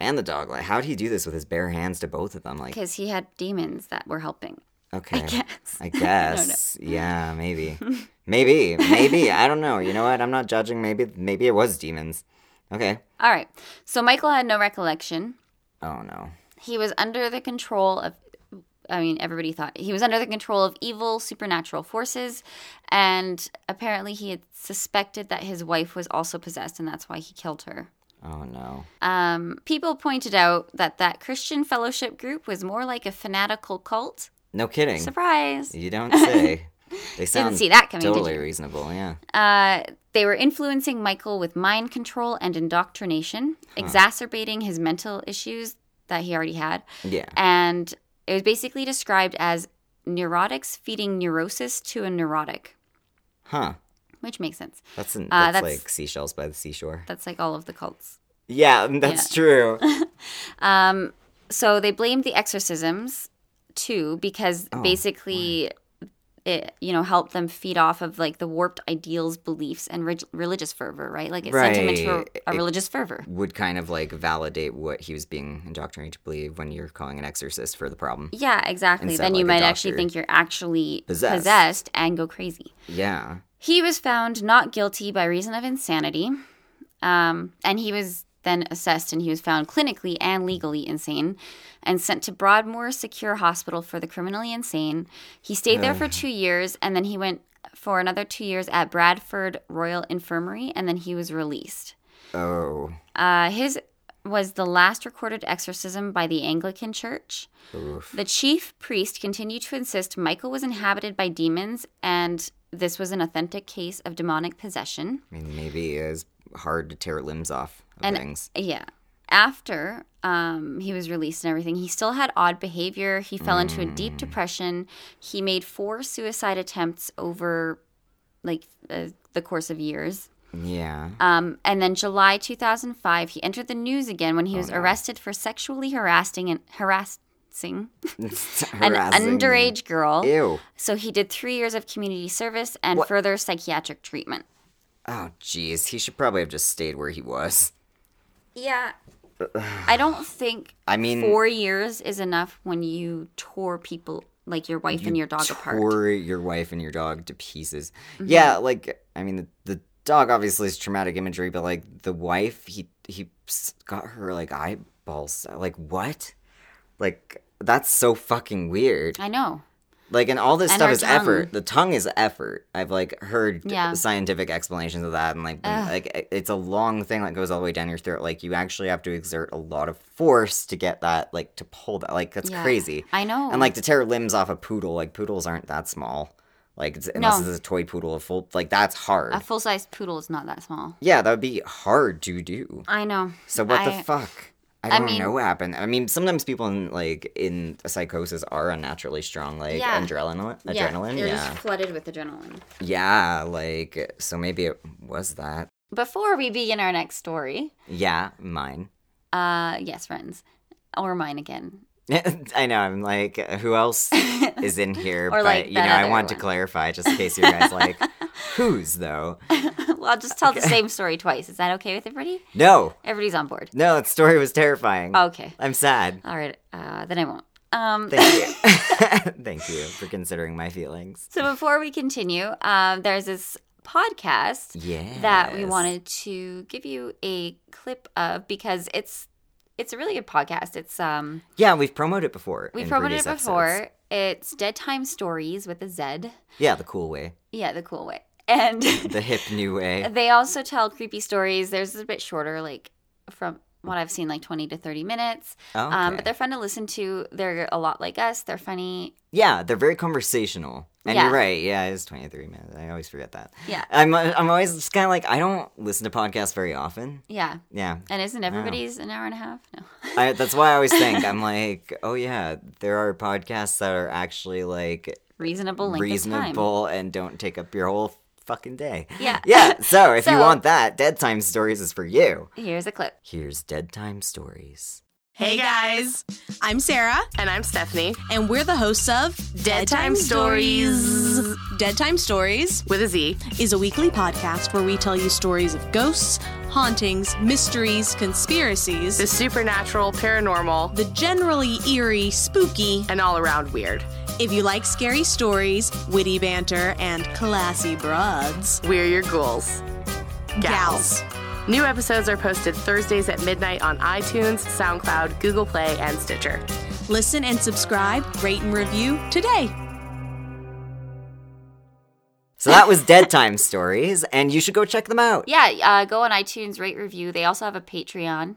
And the dog. Like, how'd he do this with his bare hands to both of them? Like,
because he had demons that were helping.
Okay. I
guess.
I guess. Yeah, maybe. maybe. Maybe. I don't know. You know what? I'm not judging. Maybe maybe it was demons. Okay.
All right, so Michael had no recollection.
Oh no.
He was under the control of. I mean, everybody thought he was under the control of evil supernatural forces, and apparently he had suspected that his wife was also possessed, and that's why he killed her.
Oh no.
Um, people pointed out that that Christian fellowship group was more like a fanatical cult.
No kidding.
Surprise!
You don't say. They sound
Didn't see that coming.
totally
Did
reasonable, yeah.
you? Uh, they were influencing Michael with mind control and indoctrination, exacerbating his mental issues that he already had,
Yeah.
and it was basically described as neurotics feeding neurosis to a neurotic,
Huh.
which makes sense.
That's, an,
Uh,
that's,
that's-
like seashells by the seashore.
That's like all of the cults.
Yeah, that's true.
Um, so they blamed the exorcisms too because
Oh,
basically it you know helped them feed off of like the warped ideals, beliefs, and reg- religious fervor, right? Like it sent him into
Right.
a, a
It-
religious fervor.
Would kind of like validate what he was being indoctrinated to believe when you're calling an exorcist for the problem.
Yeah, exactly.
Instead,
Then you
like, a
might actually
doctor.
think you're actually
Possessed.
possessed and go crazy.
Yeah.
He was found not guilty by reason of insanity, um, and he was then assessed and he was found clinically and legally insane and sent to Broadmoor Secure Hospital for the criminally insane. He stayed there for two years and then he went for another two years at Bradford Royal Infirmary and then he was released.
Oh.
Uh, his was the last recorded exorcism by the Anglican Church.
Oof.
The chief priest continued to insist Michael was inhabited by demons and this was an authentic case of demonic possession.
I mean, maybe he is. hard to tear limbs off of
And-
things.
Yeah. After um, he was released and everything, he still had odd behavior. He fell into a deep depression. He made four suicide attempts over like uh, the course of years.
Yeah.
Um, and then July 2005, he entered the news again when he was arrested for sexually harassing and harassing an
Harassing.
underage girl.
Ew.
So he did three years of community service and further psychiatric treatment.
Oh, jeez. He should probably have just stayed where he was.
Yeah. I don't think
I mean,
four years is enough when you tore people like your wife and your dog apart. Mm-hmm.
tore your wife and your dog to pieces. Yeah, like I mean, the, the dog obviously is traumatic imagery, but like the wife, he he s- got her like eyeballs. Like what? Like that's so fucking weird.
I know.
Like, and all this
And
stuff
her
is effort. The tongue is effort. I've like heard
Yeah.
scientific explanations of that, and like been- like it- it's a long thing that goes all the way down your throat. Like you actually have to exert a lot of force to get that, like to pull that. Like that's
Yeah.
crazy.
I know.
And like to tear limbs off a poodle, like poodles aren't that small. Like it's, unless
No.
it's a toy poodle, a full like that's hard.
a full sized poodle is not that small.
yeah, that would be hard to do.
I know.
So what
I-
the fuck? I don't
mean-
know what happened. I mean, sometimes people in like in psychosis are unnaturally strong, like
Yeah.
adrenaline.
Yeah,
Adrenaline, yeah.
They're just flooded with adrenaline.
Yeah, like, so maybe it was that.
Before we begin our next story,
Yeah, mine.
uh, yes, friends, or mine again.
I know, I'm like, who else is in here?
Or,
but,
like,
you know,
that
I
other
want to
one.
clarify just in case you guys like, whose though?
well, I'll just tell the same story twice. Is that okay with everybody?
No,
Everybody's on board.
no, that story was terrifying.
Okay.
I'm sad.
All right. Uh, then I won't. Um,
Thank you. Thank you for considering my feelings.
so before we continue, um, there's this podcast
Yeah.
that we wanted to give you a clip of because it's it's a really good podcast. It's um
Yeah, we've promoted it before.
we
in
promoted it
previous episodes.
before. It's Dead Time Stories with a Z.
Yeah, the cool way,
Yeah, the cool way. And
the hip new way.
they also tell creepy stories. Theirs is a bit shorter, like from what I've seen, like twenty to thirty minutes.
Oh,
Um,
okay.
but they're fun to listen to. They're a lot like us. They're funny.
Yeah, they're very conversational. And
Yeah.
you're right. Yeah, it is 23 minutes. I always forget that.
Yeah.
I'm I'm always just kind of like I don't listen to podcasts very often.
Yeah.
Yeah.
And isn't everybody's an hour and a half? No.
I, that's why I always think I'm like, oh yeah, there are podcasts that are actually like
Reasonable length of
reasonable and don't take up your whole fucking day.
Yeah.
Yeah. So if you
So-
want that, Dead Time Stories is for you.
time. Here's a clip.
Here's Dead Time Stories.
Hey guys, I'm Sarah,
And I'm Stephanie
and we're the hosts of Dead Time Stories. Dead Time Stories
with a Z.
is a weekly podcast where we tell you stories of ghosts, hauntings, mysteries, conspiracies,
The supernatural, paranormal,
the generally eerie, spooky.
and all around weird.
If you like scary stories, witty banter, and classy broads,
We're your ghouls. New episodes are posted Thursdays at midnight on iTunes, SoundCloud, Google Play, and Stitcher.
listen and subscribe, rate and review today.
So that was Dead Time Stories, and you should go check them out.
Yeah, uh, go on iTunes, rate, review. They also have a Patreon.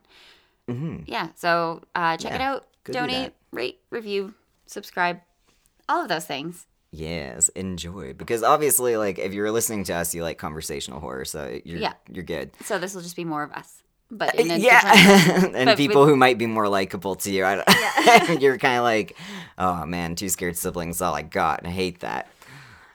Yeah, so uh, check it
Mm-hmm. Yeah,
out.
go do
Donate,
that.
rate, review, subscribe, all of those things.
Yes, enjoy because obviously, like if you're listening to us, you like conversational horror, so you're
Yeah.
you're good.
So this will just be more of us, but in a different-
Uh, yeah, and
but
people who might be more likable to you, I don't, you're kind of like, oh man, two scared siblings, is all I got, and I hate that.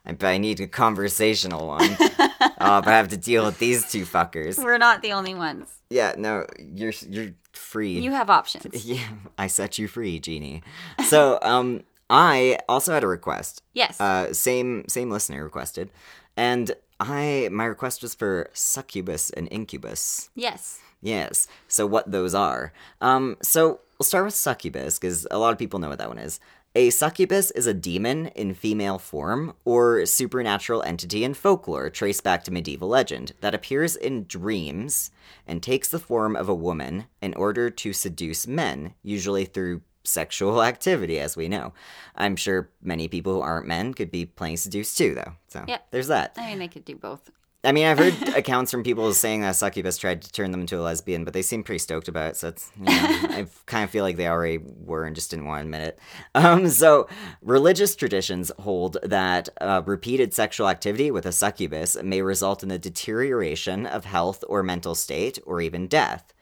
I but I need a conversational one. oh, but I have to deal with these two fuckers.
we're not the only ones.
Yeah, no, you're you're free.
You have options.
yeah, I set you free, genie. So, um, I also had a request.
Yes.
Uh, same same listener requested, and I my request was for succubus and incubus.
yes.
Yes. So what those are? Um. So we'll start with succubus because a lot of people know what that one is. A succubus is a demon in female form or supernatural entity in folklore traced back to medieval legend that appears in dreams and takes the form of a woman in order to seduce men, usually through sexual activity, as we know. I'm sure many people who aren't men could be playing seduce too, though. So
Yep.
there's that.
I mean, they could do both.
I mean, I've heard accounts from people saying that Succubus tried to turn them into a lesbian, but they seem pretty stoked about it. So it's, you know, I kind of feel like they already were and just didn't want to admit it. Um, so religious traditions hold that uh, repeated sexual activity with a succubus may result in a deterioration of health or mental state or even death.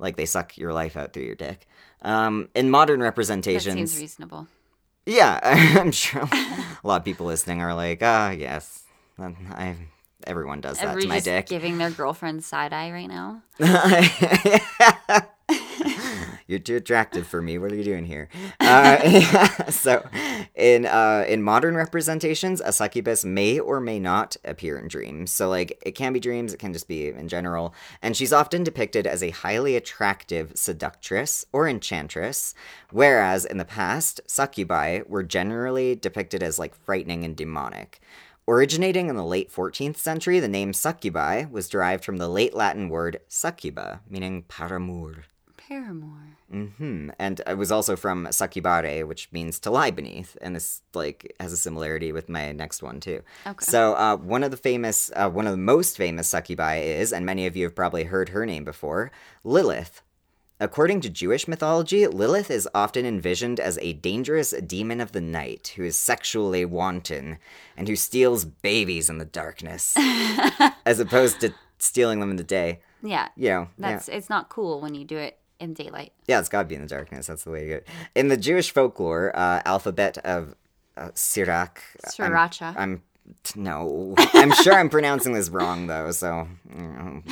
Like they suck your life out through your dick. Um, in modern
That
representations,
seems reasonable.
yeah, I'm sure a lot of people listening are like, ah, yes, Um, I. Everyone does that to
Everyone's
my
just
dick.
giving their girlfriend side eye right now.
You're too attractive for me. What are you doing here? Uh, so, in uh, in modern representations, a succubus may or may not appear in dreams. So, like, it can be dreams. It can just be in general. And she's often depicted as a highly attractive seductress or enchantress, whereas in the past, succubi were generally depicted as like frightening and demonic. Originating in the late 14th century, the name succubi was derived from the late Latin word succuba, meaning paramour.
Paramore.
hmm And it was also from succubare, which means to lie beneath, and this like has a similarity with my next one too.
Okay.
So uh, one of the famous, uh, one of the most famous succubi is, and many of you have probably heard her name before, Lilith. According to Jewish mythology, Lilith is often envisioned as a dangerous demon of the night who is sexually wanton and who steals babies in the darkness, as opposed to stealing them in the day.
Yeah.
You know, yeah.
That's it's not cool when you do it in daylight.
Yeah, it's got to be in the darkness. That's the way to go. In the Jewish folklore, uh, alphabet of uh, Sirach.
Sriracha.
I'm, I'm t- no. I'm sure I'm pronouncing this wrong though. So mm,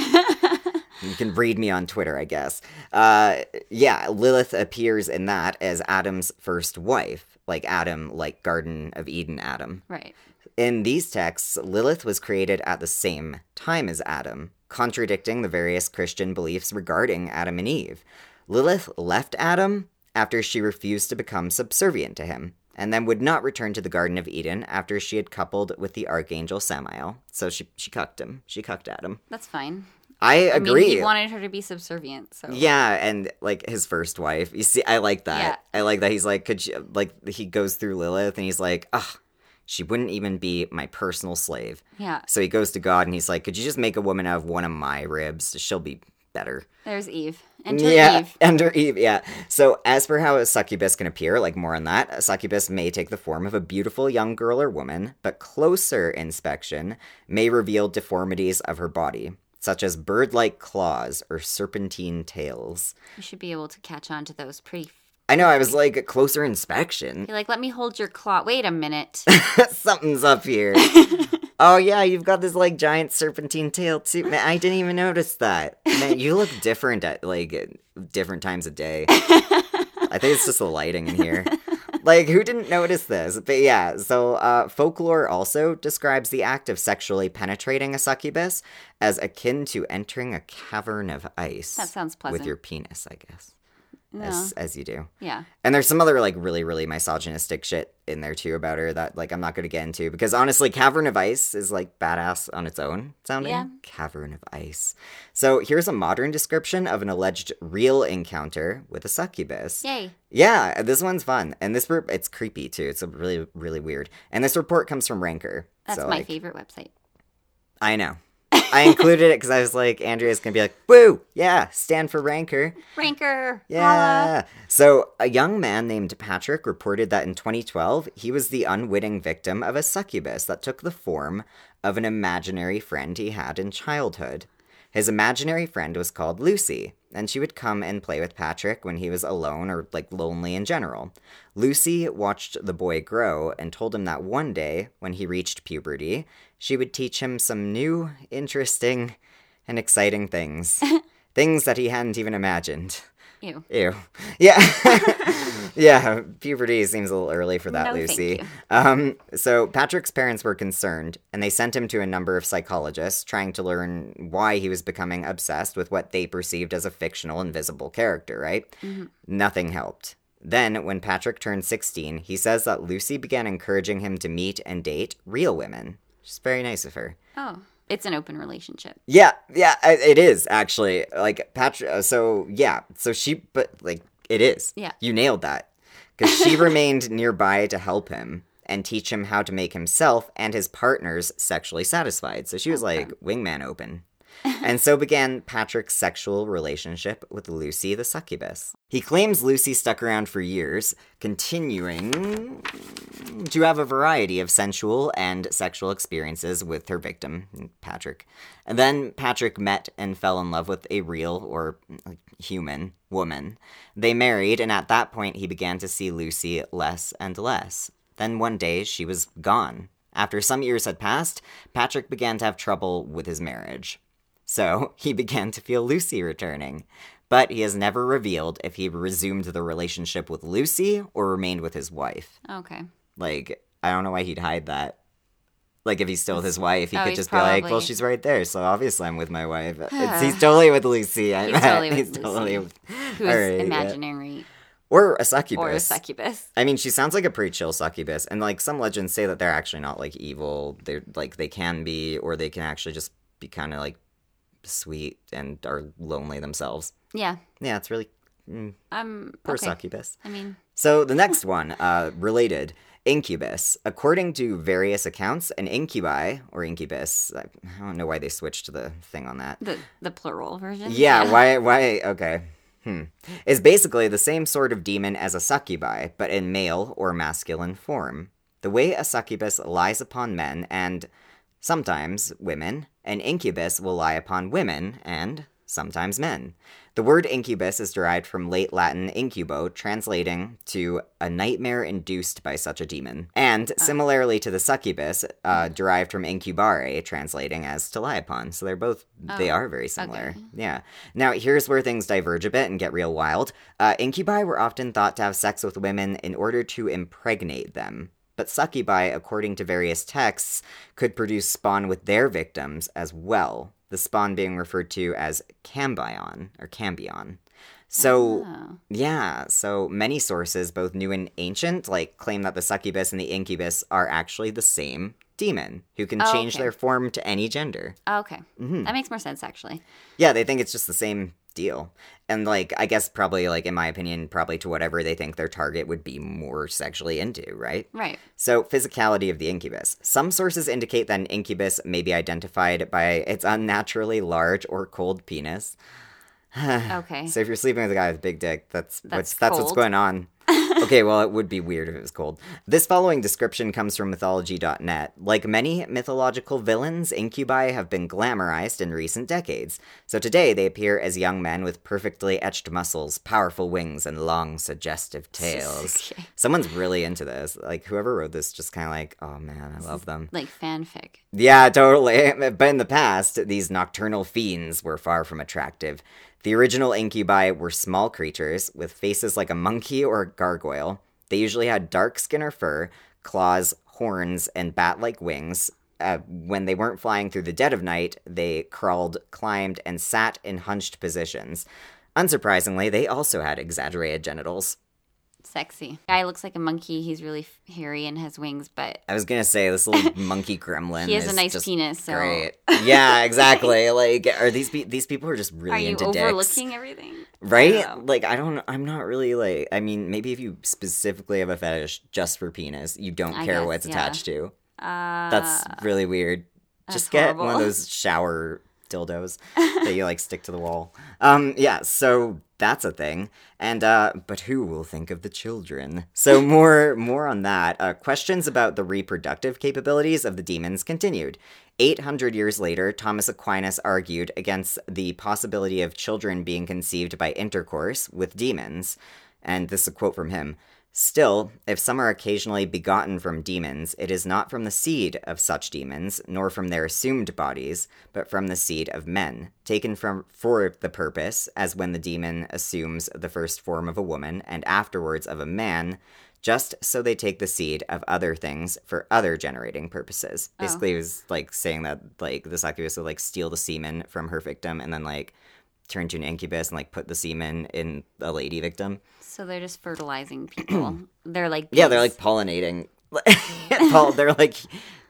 you can read me on Twitter, I guess. Uh, yeah, Lilith appears in that as Adam's first wife, like Adam, like Garden of Eden, Adam.
right.
In these texts, Lilith was created at the same time as Adam, contradicting the various Christian beliefs regarding Adam and Eve. Lilith left Adam after she refused to become subservient to him, and then would not return to the Garden of Eden after she had coupled with the archangel Samael. So she she cucked him. She cucked Adam.
That's fine.
I
I mean,
agree.
he wanted her to be subservient, so
Yeah, and like his first wife. You see, I like that. I like that he's like, could she, like, he goes through Lilith and he's like, ugh, she wouldn't even be my personal slave.
Yeah.
So he goes to God and he's like, could you just make a woman out of one of my ribs? She'll be better.
There's Eve. Enter
yeah,
Eve.
Enter Eve, yeah. So, as for how a succubus can appear, like more on that, a succubus may take the form of a beautiful young girl or woman, but closer inspection may reveal deformities of her body, such as bird like claws or serpentine tails.
You should be able to catch on to those pretty
I know. I was like a closer inspection.
You're like, let me hold your claw. Wait a minute.
Something's up here. oh yeah, you've got this like giant serpentine tail too. Man, I didn't even notice that. Man, you look different at like at different times of day. I think it's just the lighting in here. Like, who didn't notice this? But yeah, so uh, folklore also describes the act of sexually penetrating a succubus as akin to entering a cavern of ice.
That sounds pleasant.
With your penis, I guess. As, as you do.
yeah.
And there's some other like really really misogynistic shit in there too about her that like I'm not gonna get into because honestly, Cavern of Ice is like badass on its own sounding.
Yeah.
Cavern of Ice. So here's a modern description of an alleged real encounter with a succubus.
Yay.
Yeah, this one's fun, and this re- it's creepy too. It's really really weird. And this report comes from Ranker.
That's
so,
my
like,
favorite website.
I know. I included it because I was like, Andrea's gonna be like, "Woo, yeah, stand for Ranker."
Ranker. holla.
Yeah. So, a young man named Patrick reported that in 2012, he was the unwitting victim of a succubus that took the form of an imaginary friend he had in childhood. His imaginary friend was called Lucy, and she would come and play with Patrick when he was alone or like lonely in general. Lucy watched the boy grow and told him that one day, when he reached puberty, she would teach him some new, interesting, and exciting things. things that he hadn't even imagined.
Ew.
Ew. Yeah. yeah. Puberty seems a little early for that,
No, thank
Lucy.
you.
Um, so Patrick's parents were concerned, and they sent him to a number of psychologists, trying to learn why he was becoming obsessed with what they perceived as a fictional, invisible character. Right?
Mm-hmm.
Nothing helped. Then, when Patrick turned 16, he says that Lucy began encouraging him to meet and date real women. Which is very nice of her.
Oh. It's an open relationship.
Yeah, yeah, I- it is actually like Patrick. So yeah, so she, but like it is.
Yeah.
you nailed that because she remained nearby to help him, and teach him how to make himself and his partners sexually satisfied. So she was like, wingman open. and so began Patrick's sexual relationship with Lucy the succubus. He claims Lucy stuck around for years, continuing to have a variety of sensual and sexual experiences with her victim, Patrick. And then Patrick met and fell in love with a real or like, human woman. They married, and at that point, he began to see Lucy less and less. Then one day, she was gone. After some years had passed, Patrick began to have trouble with his marriage. So he began to feel Lucy returning. But he has never revealed if he resumed the relationship with Lucy or remained with his wife.
Okay.
Like, I don't know why he'd hide that. Like, if he's still with his wife, he
Oh,
could
he's
just be like, well,
probably-
she's right there, so obviously I'm with my wife. It's, he's totally with Lucy. I
He's
bet.
totally with
he's
Lucy.
totally with-
Who's
All right, yeah.
imaginary
Or a succubus.
or succubus?
I mean, she sounds like a pretty chill succubus, and like some legends say that they're actually not like evil. They're like they can be, or they can actually just be kind of like sweet and are lonely themselves.
Yeah.
Yeah, it's really mm,
Um.
poor
okay.
succubus.
I mean,
So the next one, uh, related, incubus. According to various accounts, an incubi or incubus. I I don't know why they switched the thing on that.
the the plural version.
Yeah, why why okay. Hmm. Is basically the same sort of demon as a succubi, but in male or masculine form. The way a succubus lies upon men and sometimes women, an incubus will lie upon women and sometimes men. The word incubus is derived from late Latin incubo, translating to a nightmare induced by such a demon, and similarly to the succubus, uh, derived from incubare, translating as to lie upon. So they're both, they are very similar. Yeah. Now, here's where things diverge a bit and get real wild. Uh, incubi were often thought to have sex with women in order to impregnate them. But succubi, according to various texts, could produce spawn with their victims as well, the spawn being referred to as cambion or cambion. So,
Ah.
yeah, so many sources, both new and ancient, like claim that the succubus and the incubus are actually the same demon who can
Oh,
change
okay.
their form to any gender.
Oh. Okay.
Mm-hmm.
That makes more sense actually.
Yeah, they think it's just the same deal. And like I guess probably like in my opinion probably to whatever they think their target would be more sexually into, right?
Right.
So, physicality of the incubus. Some sources indicate that an incubus may be identified by its unnaturally large or cold penis.
Okay.
So, if you're sleeping with a guy with a big dick, that's what's,
That's
that's what's
cold.
going on. okay, well, it would be weird if it was cold. This following description comes from mythology.net. Like many mythological villains, incubi have been glamorized in recent decades. So today they appear as young men with perfectly etched muscles, powerful wings, and long, suggestive tails.
Okay.
Someone's really into this. Like, whoever wrote this just kind of like, oh man, I love them.
like fanfic.
Yeah, totally. But in the past, these nocturnal fiends were far from attractive. The original incubi were small creatures with faces like a monkey or a gargoyle. They usually had dark skin or fur, claws, horns, and bat like wings. Uh, when they weren't flying through the dead of night, they crawled, climbed, and sat in hunched positions. Unsurprisingly, they also had exaggerated genitals.
Sexy. Guy looks like a monkey. He's really f- hairy and has wings, but
I was gonna say this little monkey gremlin.
He has a
is
nice
just
penis, so-
Great. Yeah, exactly. like, are these pe- these people are just really
are you
into
overlooking Oh.
dicks,
everything?
right?
know.
Like, I don't. I'm not really like. I mean, maybe if you specifically have a fetish just for penis, you don't
I
care
guess,
what's
yeah.
attached to.
Uh,
That's really weird.
that's
Just get one of
horrible.
those shower dildos that you like stick to the wall. Um, yeah, so that's a thing. And uh, but who will think of the children? So more more on that. Uh, questions about the reproductive capabilities of the demons continued. 800 years later, Thomas Aquinas argued against the possibility of children being conceived by intercourse with demons. And this is a quote from him Still, if some are occasionally begotten from demons, it is not from the seed of such demons, nor from their assumed bodies, but from the seed of men, taken from for the purpose, as when the demon assumes the first form of a woman and afterwards of a man, just so they take the seed of other things for other generating purposes. Basically, he was like saying that like the succubus would like steal the semen from her victim and then like turn to an incubus and like put the semen in a lady victim.
so they're just fertilizing people. they're like
Yeah, they're
bees.
like pollinating. Paul, they're like,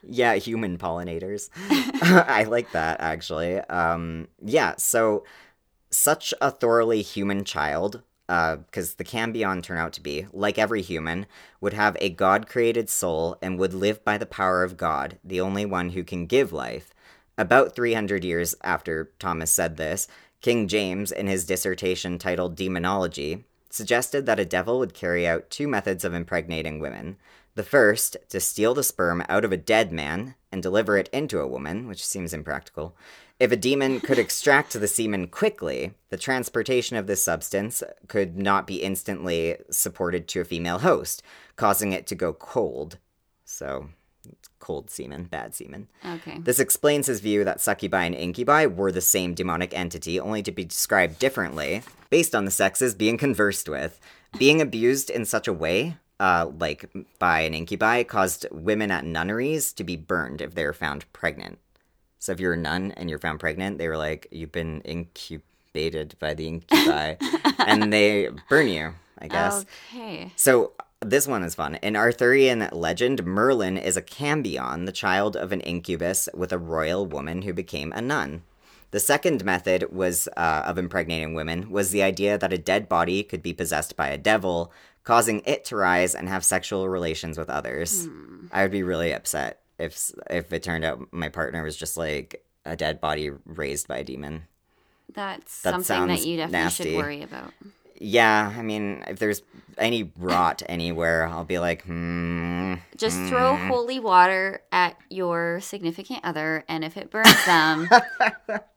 yeah, human pollinators. I like that actually. Um, yeah, so such a thoroughly human child, because the Cambion turn out to be, like every human, would have a God created soul and would live by the power of God, the only one who can give life. About 300 years after Thomas said this, King James, in his dissertation titled Demonology, suggested that a devil would carry out two methods of impregnating women. The first, to steal the sperm out of a dead man and deliver it into a woman, which seems impractical. If a demon could extract the semen quickly, the transportation of this substance could not be instantly supported to a female host, causing it to go cold. So, cold semen, bad semen.
Okay.
This explains his view that succubi and incubi were the same demonic entity, only to be described differently, based on the sexes being conversed with. Being abused in such a way, uh, like by an incubi, caused women at nunneries to be burned if they were found pregnant. So if you're a nun and you're found pregnant, they were like, you've been incubated by the incubi, and they burn you, I
Oh,
guess.
Okay.
So this one is fun. In Arthurian legend, Merlin is a cambion, the child of an incubus with a royal woman who became a nun. The second method was uh, of impregnating women was the idea that a dead body could be possessed by a devil, causing it to rise and have sexual relations with others. I would be really upset if if it turned out my partner was just like a dead body raised by a demon.
That's
That
something that
sounds
you definitely
nasty.
should worry about.
Yeah, I mean, if there's any rot anywhere, I'll be like, hmm.
Just throw holy water at your significant other, and if it burns them,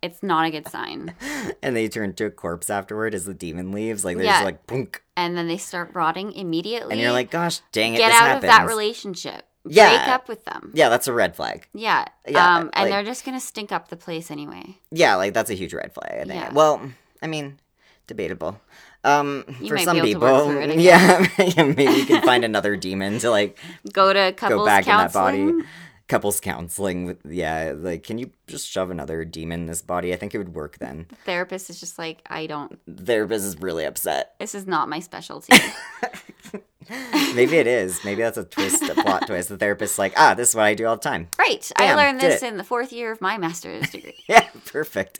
it's not a good sign.
and they turn into a corpse afterward as the demon leaves. Like they're
Yeah.
just like, boonk.
And then they start rotting immediately.
and you're like, gosh, dang it,
get
this
out
happens.
of that relationship.
Yeah.
Break up with them.
yeah, that's a red flag.
Yeah.
Yeah,
um, and
like-
they're just going to stink up the place anyway.
Yeah, like that's a huge red flag. I think.
Yeah.
Well, I mean, debatable. Um,
You
for
might
some
be able to work
people,
through it, I
yeah, yeah, maybe you can find another demon to like
Go to couples
go back
counseling.
in that body. Couples counseling, with, yeah, like can you just shove another demon in this body? I think it would work then.
Therapist is just like, I don't,
Therapist is really upset.
this is not my specialty.
Maybe it is. Maybe that's a twist, a plot twist. The therapist's like, ah, this is what I do all the time.
right. I
Damn,
learned
did
this
it.
in the fourth year of my master's degree.
yeah, perfect.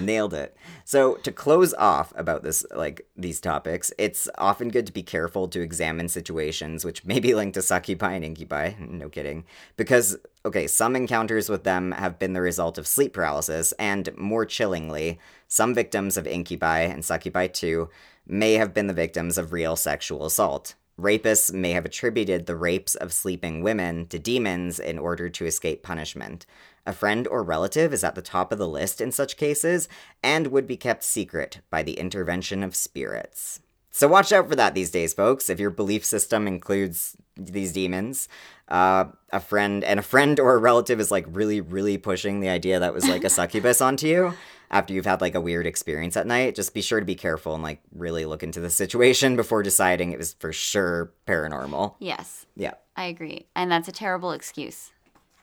Nailed it. So to close off about this like these topics, it's often good to be careful to examine situations which may be linked to succubi and incubi, no kidding. Because okay, some encounters with them have been the result of sleep paralysis, and more chillingly, some victims of incubi and succubi too may have been the victims of real sexual assault. Rapists may have attributed the rapes of sleeping women to demons in order to escape punishment. A friend or relative is at the top of the list in such cases and would be kept secret by the intervention of spirits. So watch out for that these days, folks. If your belief system includes these demons, uh, a friend and a friend or a relative is like really, really pushing the idea that was like a succubus onto you after you've had like a weird experience at night. Just be sure to be careful and like really look into the situation before deciding it was for sure paranormal.
yes,
Yeah.
I agree. And that's a terrible excuse,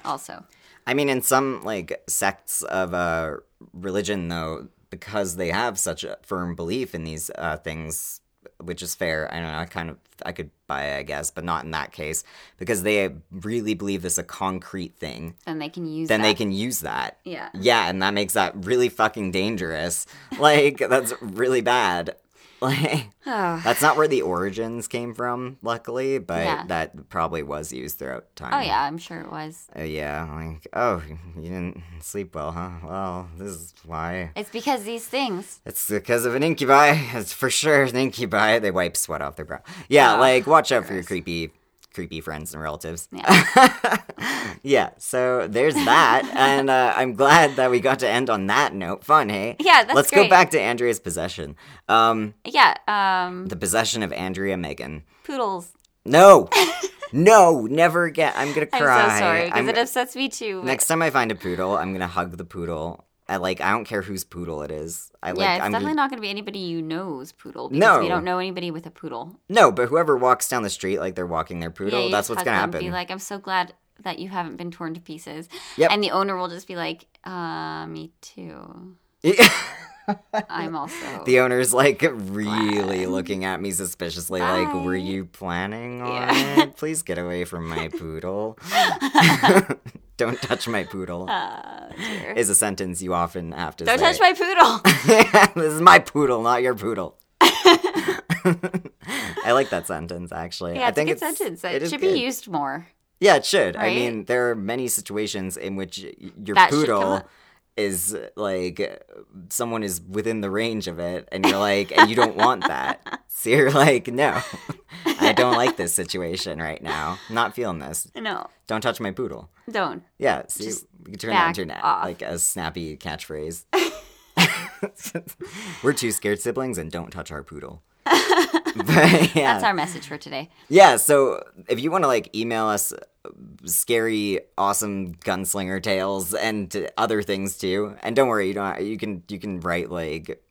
also.
I mean, in some like sects of uh, religion, though, because they have such a firm belief in these uh, things, which is fair. I don't know. I kind of I could buy it, I guess, but not in that case because they really believe this a concrete thing.
Then they can use
Then they
that.
can use that.
Yeah.
Yeah, and that makes that really fucking dangerous. Like that's really bad. Like
Oh.
that's not where the origins came from, luckily, but
Yeah.
that probably was used throughout time.
Oh, yeah, I'm sure it was.
Uh, yeah, like, oh, you didn't sleep well, huh? Well, this is why.
It's because these things.
It's because of an incubi. It's for sure an incubi. They wipe sweat off their brow. Yeah, like, watch out for your creepy, creepy friends and relatives.
Yeah.
Yeah, so there's that. and uh, I'm glad that we got to end on that note. Fun, hey?
Yeah, that's
Let's go
great.
back to Andrea's possession. Um,
yeah. Um,
the possession of Andrea Megan.
poodles.
No! no! Never again. I'm gonna
I'm
cry.
so sorry because
I'm-
it upsets me too. but-
Next time I find a poodle, I'm gonna hug the poodle. I like I don't care whose poodle it is. I like
yeah, it's
I'm
definitely
gonna,
not going to be anybody you know's poodle because we
No.
don't know anybody with a poodle.
No, but whoever walks down the street like they're walking their poodle,
yeah, you
that's
just
what's
hug
gonna
them,
happen.
Be like, I'm so glad that you haven't been torn to pieces.
Yep.
And the owner will just be like, uh, me too. I'm also.
the owner's like really looking at me suspiciously, like, were
Bye.
you planning on
Yeah.
it? Please get away from my poodle. don't touch my poodle.
uh, dear.
is a sentence you often have to
Don't
say.
touch my poodle.
this is my poodle, not your poodle. I like that sentence actually.
Yeah,
I
it's a
think
good sentence. It,
is
should
good.
be used more.
Yeah, it should. I
right?
mean, there are many situations in which y- your
That should come
poodle
up.
is like someone is within the range of it, and you're like, and you don't want that. So you're like, no, I don't like this situation right now. Not feeling this.
No,
Don't touch my poodle.
don't.
Yeah, see,
Just
we can turn that into an,
back off.
like a snappy catchphrase. We're two scared siblings, and don't touch our poodle. But, yeah.
That's our message for today.
Yeah, so if you want to like email us uh, scary, awesome gunslinger tales and uh, other things too, and don't worry, you don't you can you can write like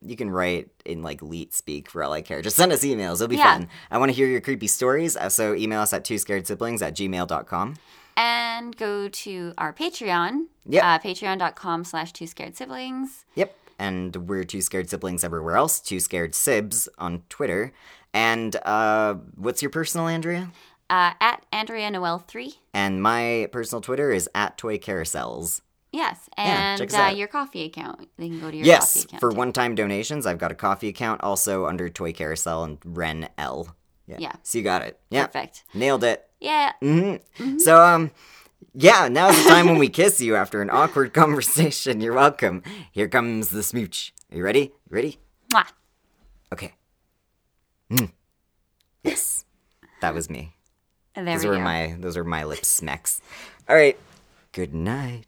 you can write in like leet speak for all I care. Just send us emails; it'll be
Yeah.
fun. I want to hear your creepy stories, uh, so email us at two scared siblings at gmail.com.
And go to our Patreon.
Yep.
Uh, Patreon.com slash two scared siblings.
Yep, and we're two scared siblings everywhere else. Two scared sibs on Twitter. And uh, what's your personal, Andrea?
Uh, at Andrea Noel 3.
And my personal Twitter is at toy carousels.
Yes.
Yeah,
And
check us
uh,
out.
your coffee account. They can go to your
yes,
coffee account.
for
too.
one-time donations, I've got a coffee account also under Toy Carousel and Ren L. Yeah.
Yeah.
So you got it. Yeah.
Perfect. Mm-hmm.
Nailed it.
Yeah.
hmm So um yeah, now's the time when we kiss you after an awkward conversation. You're welcome. Here comes the smooch. Are you ready? You ready?
Mwah.
Okay. Mm. Yes. That was me.
And there
those
we
were
go.
my those were my lip smacks. All right. Good night.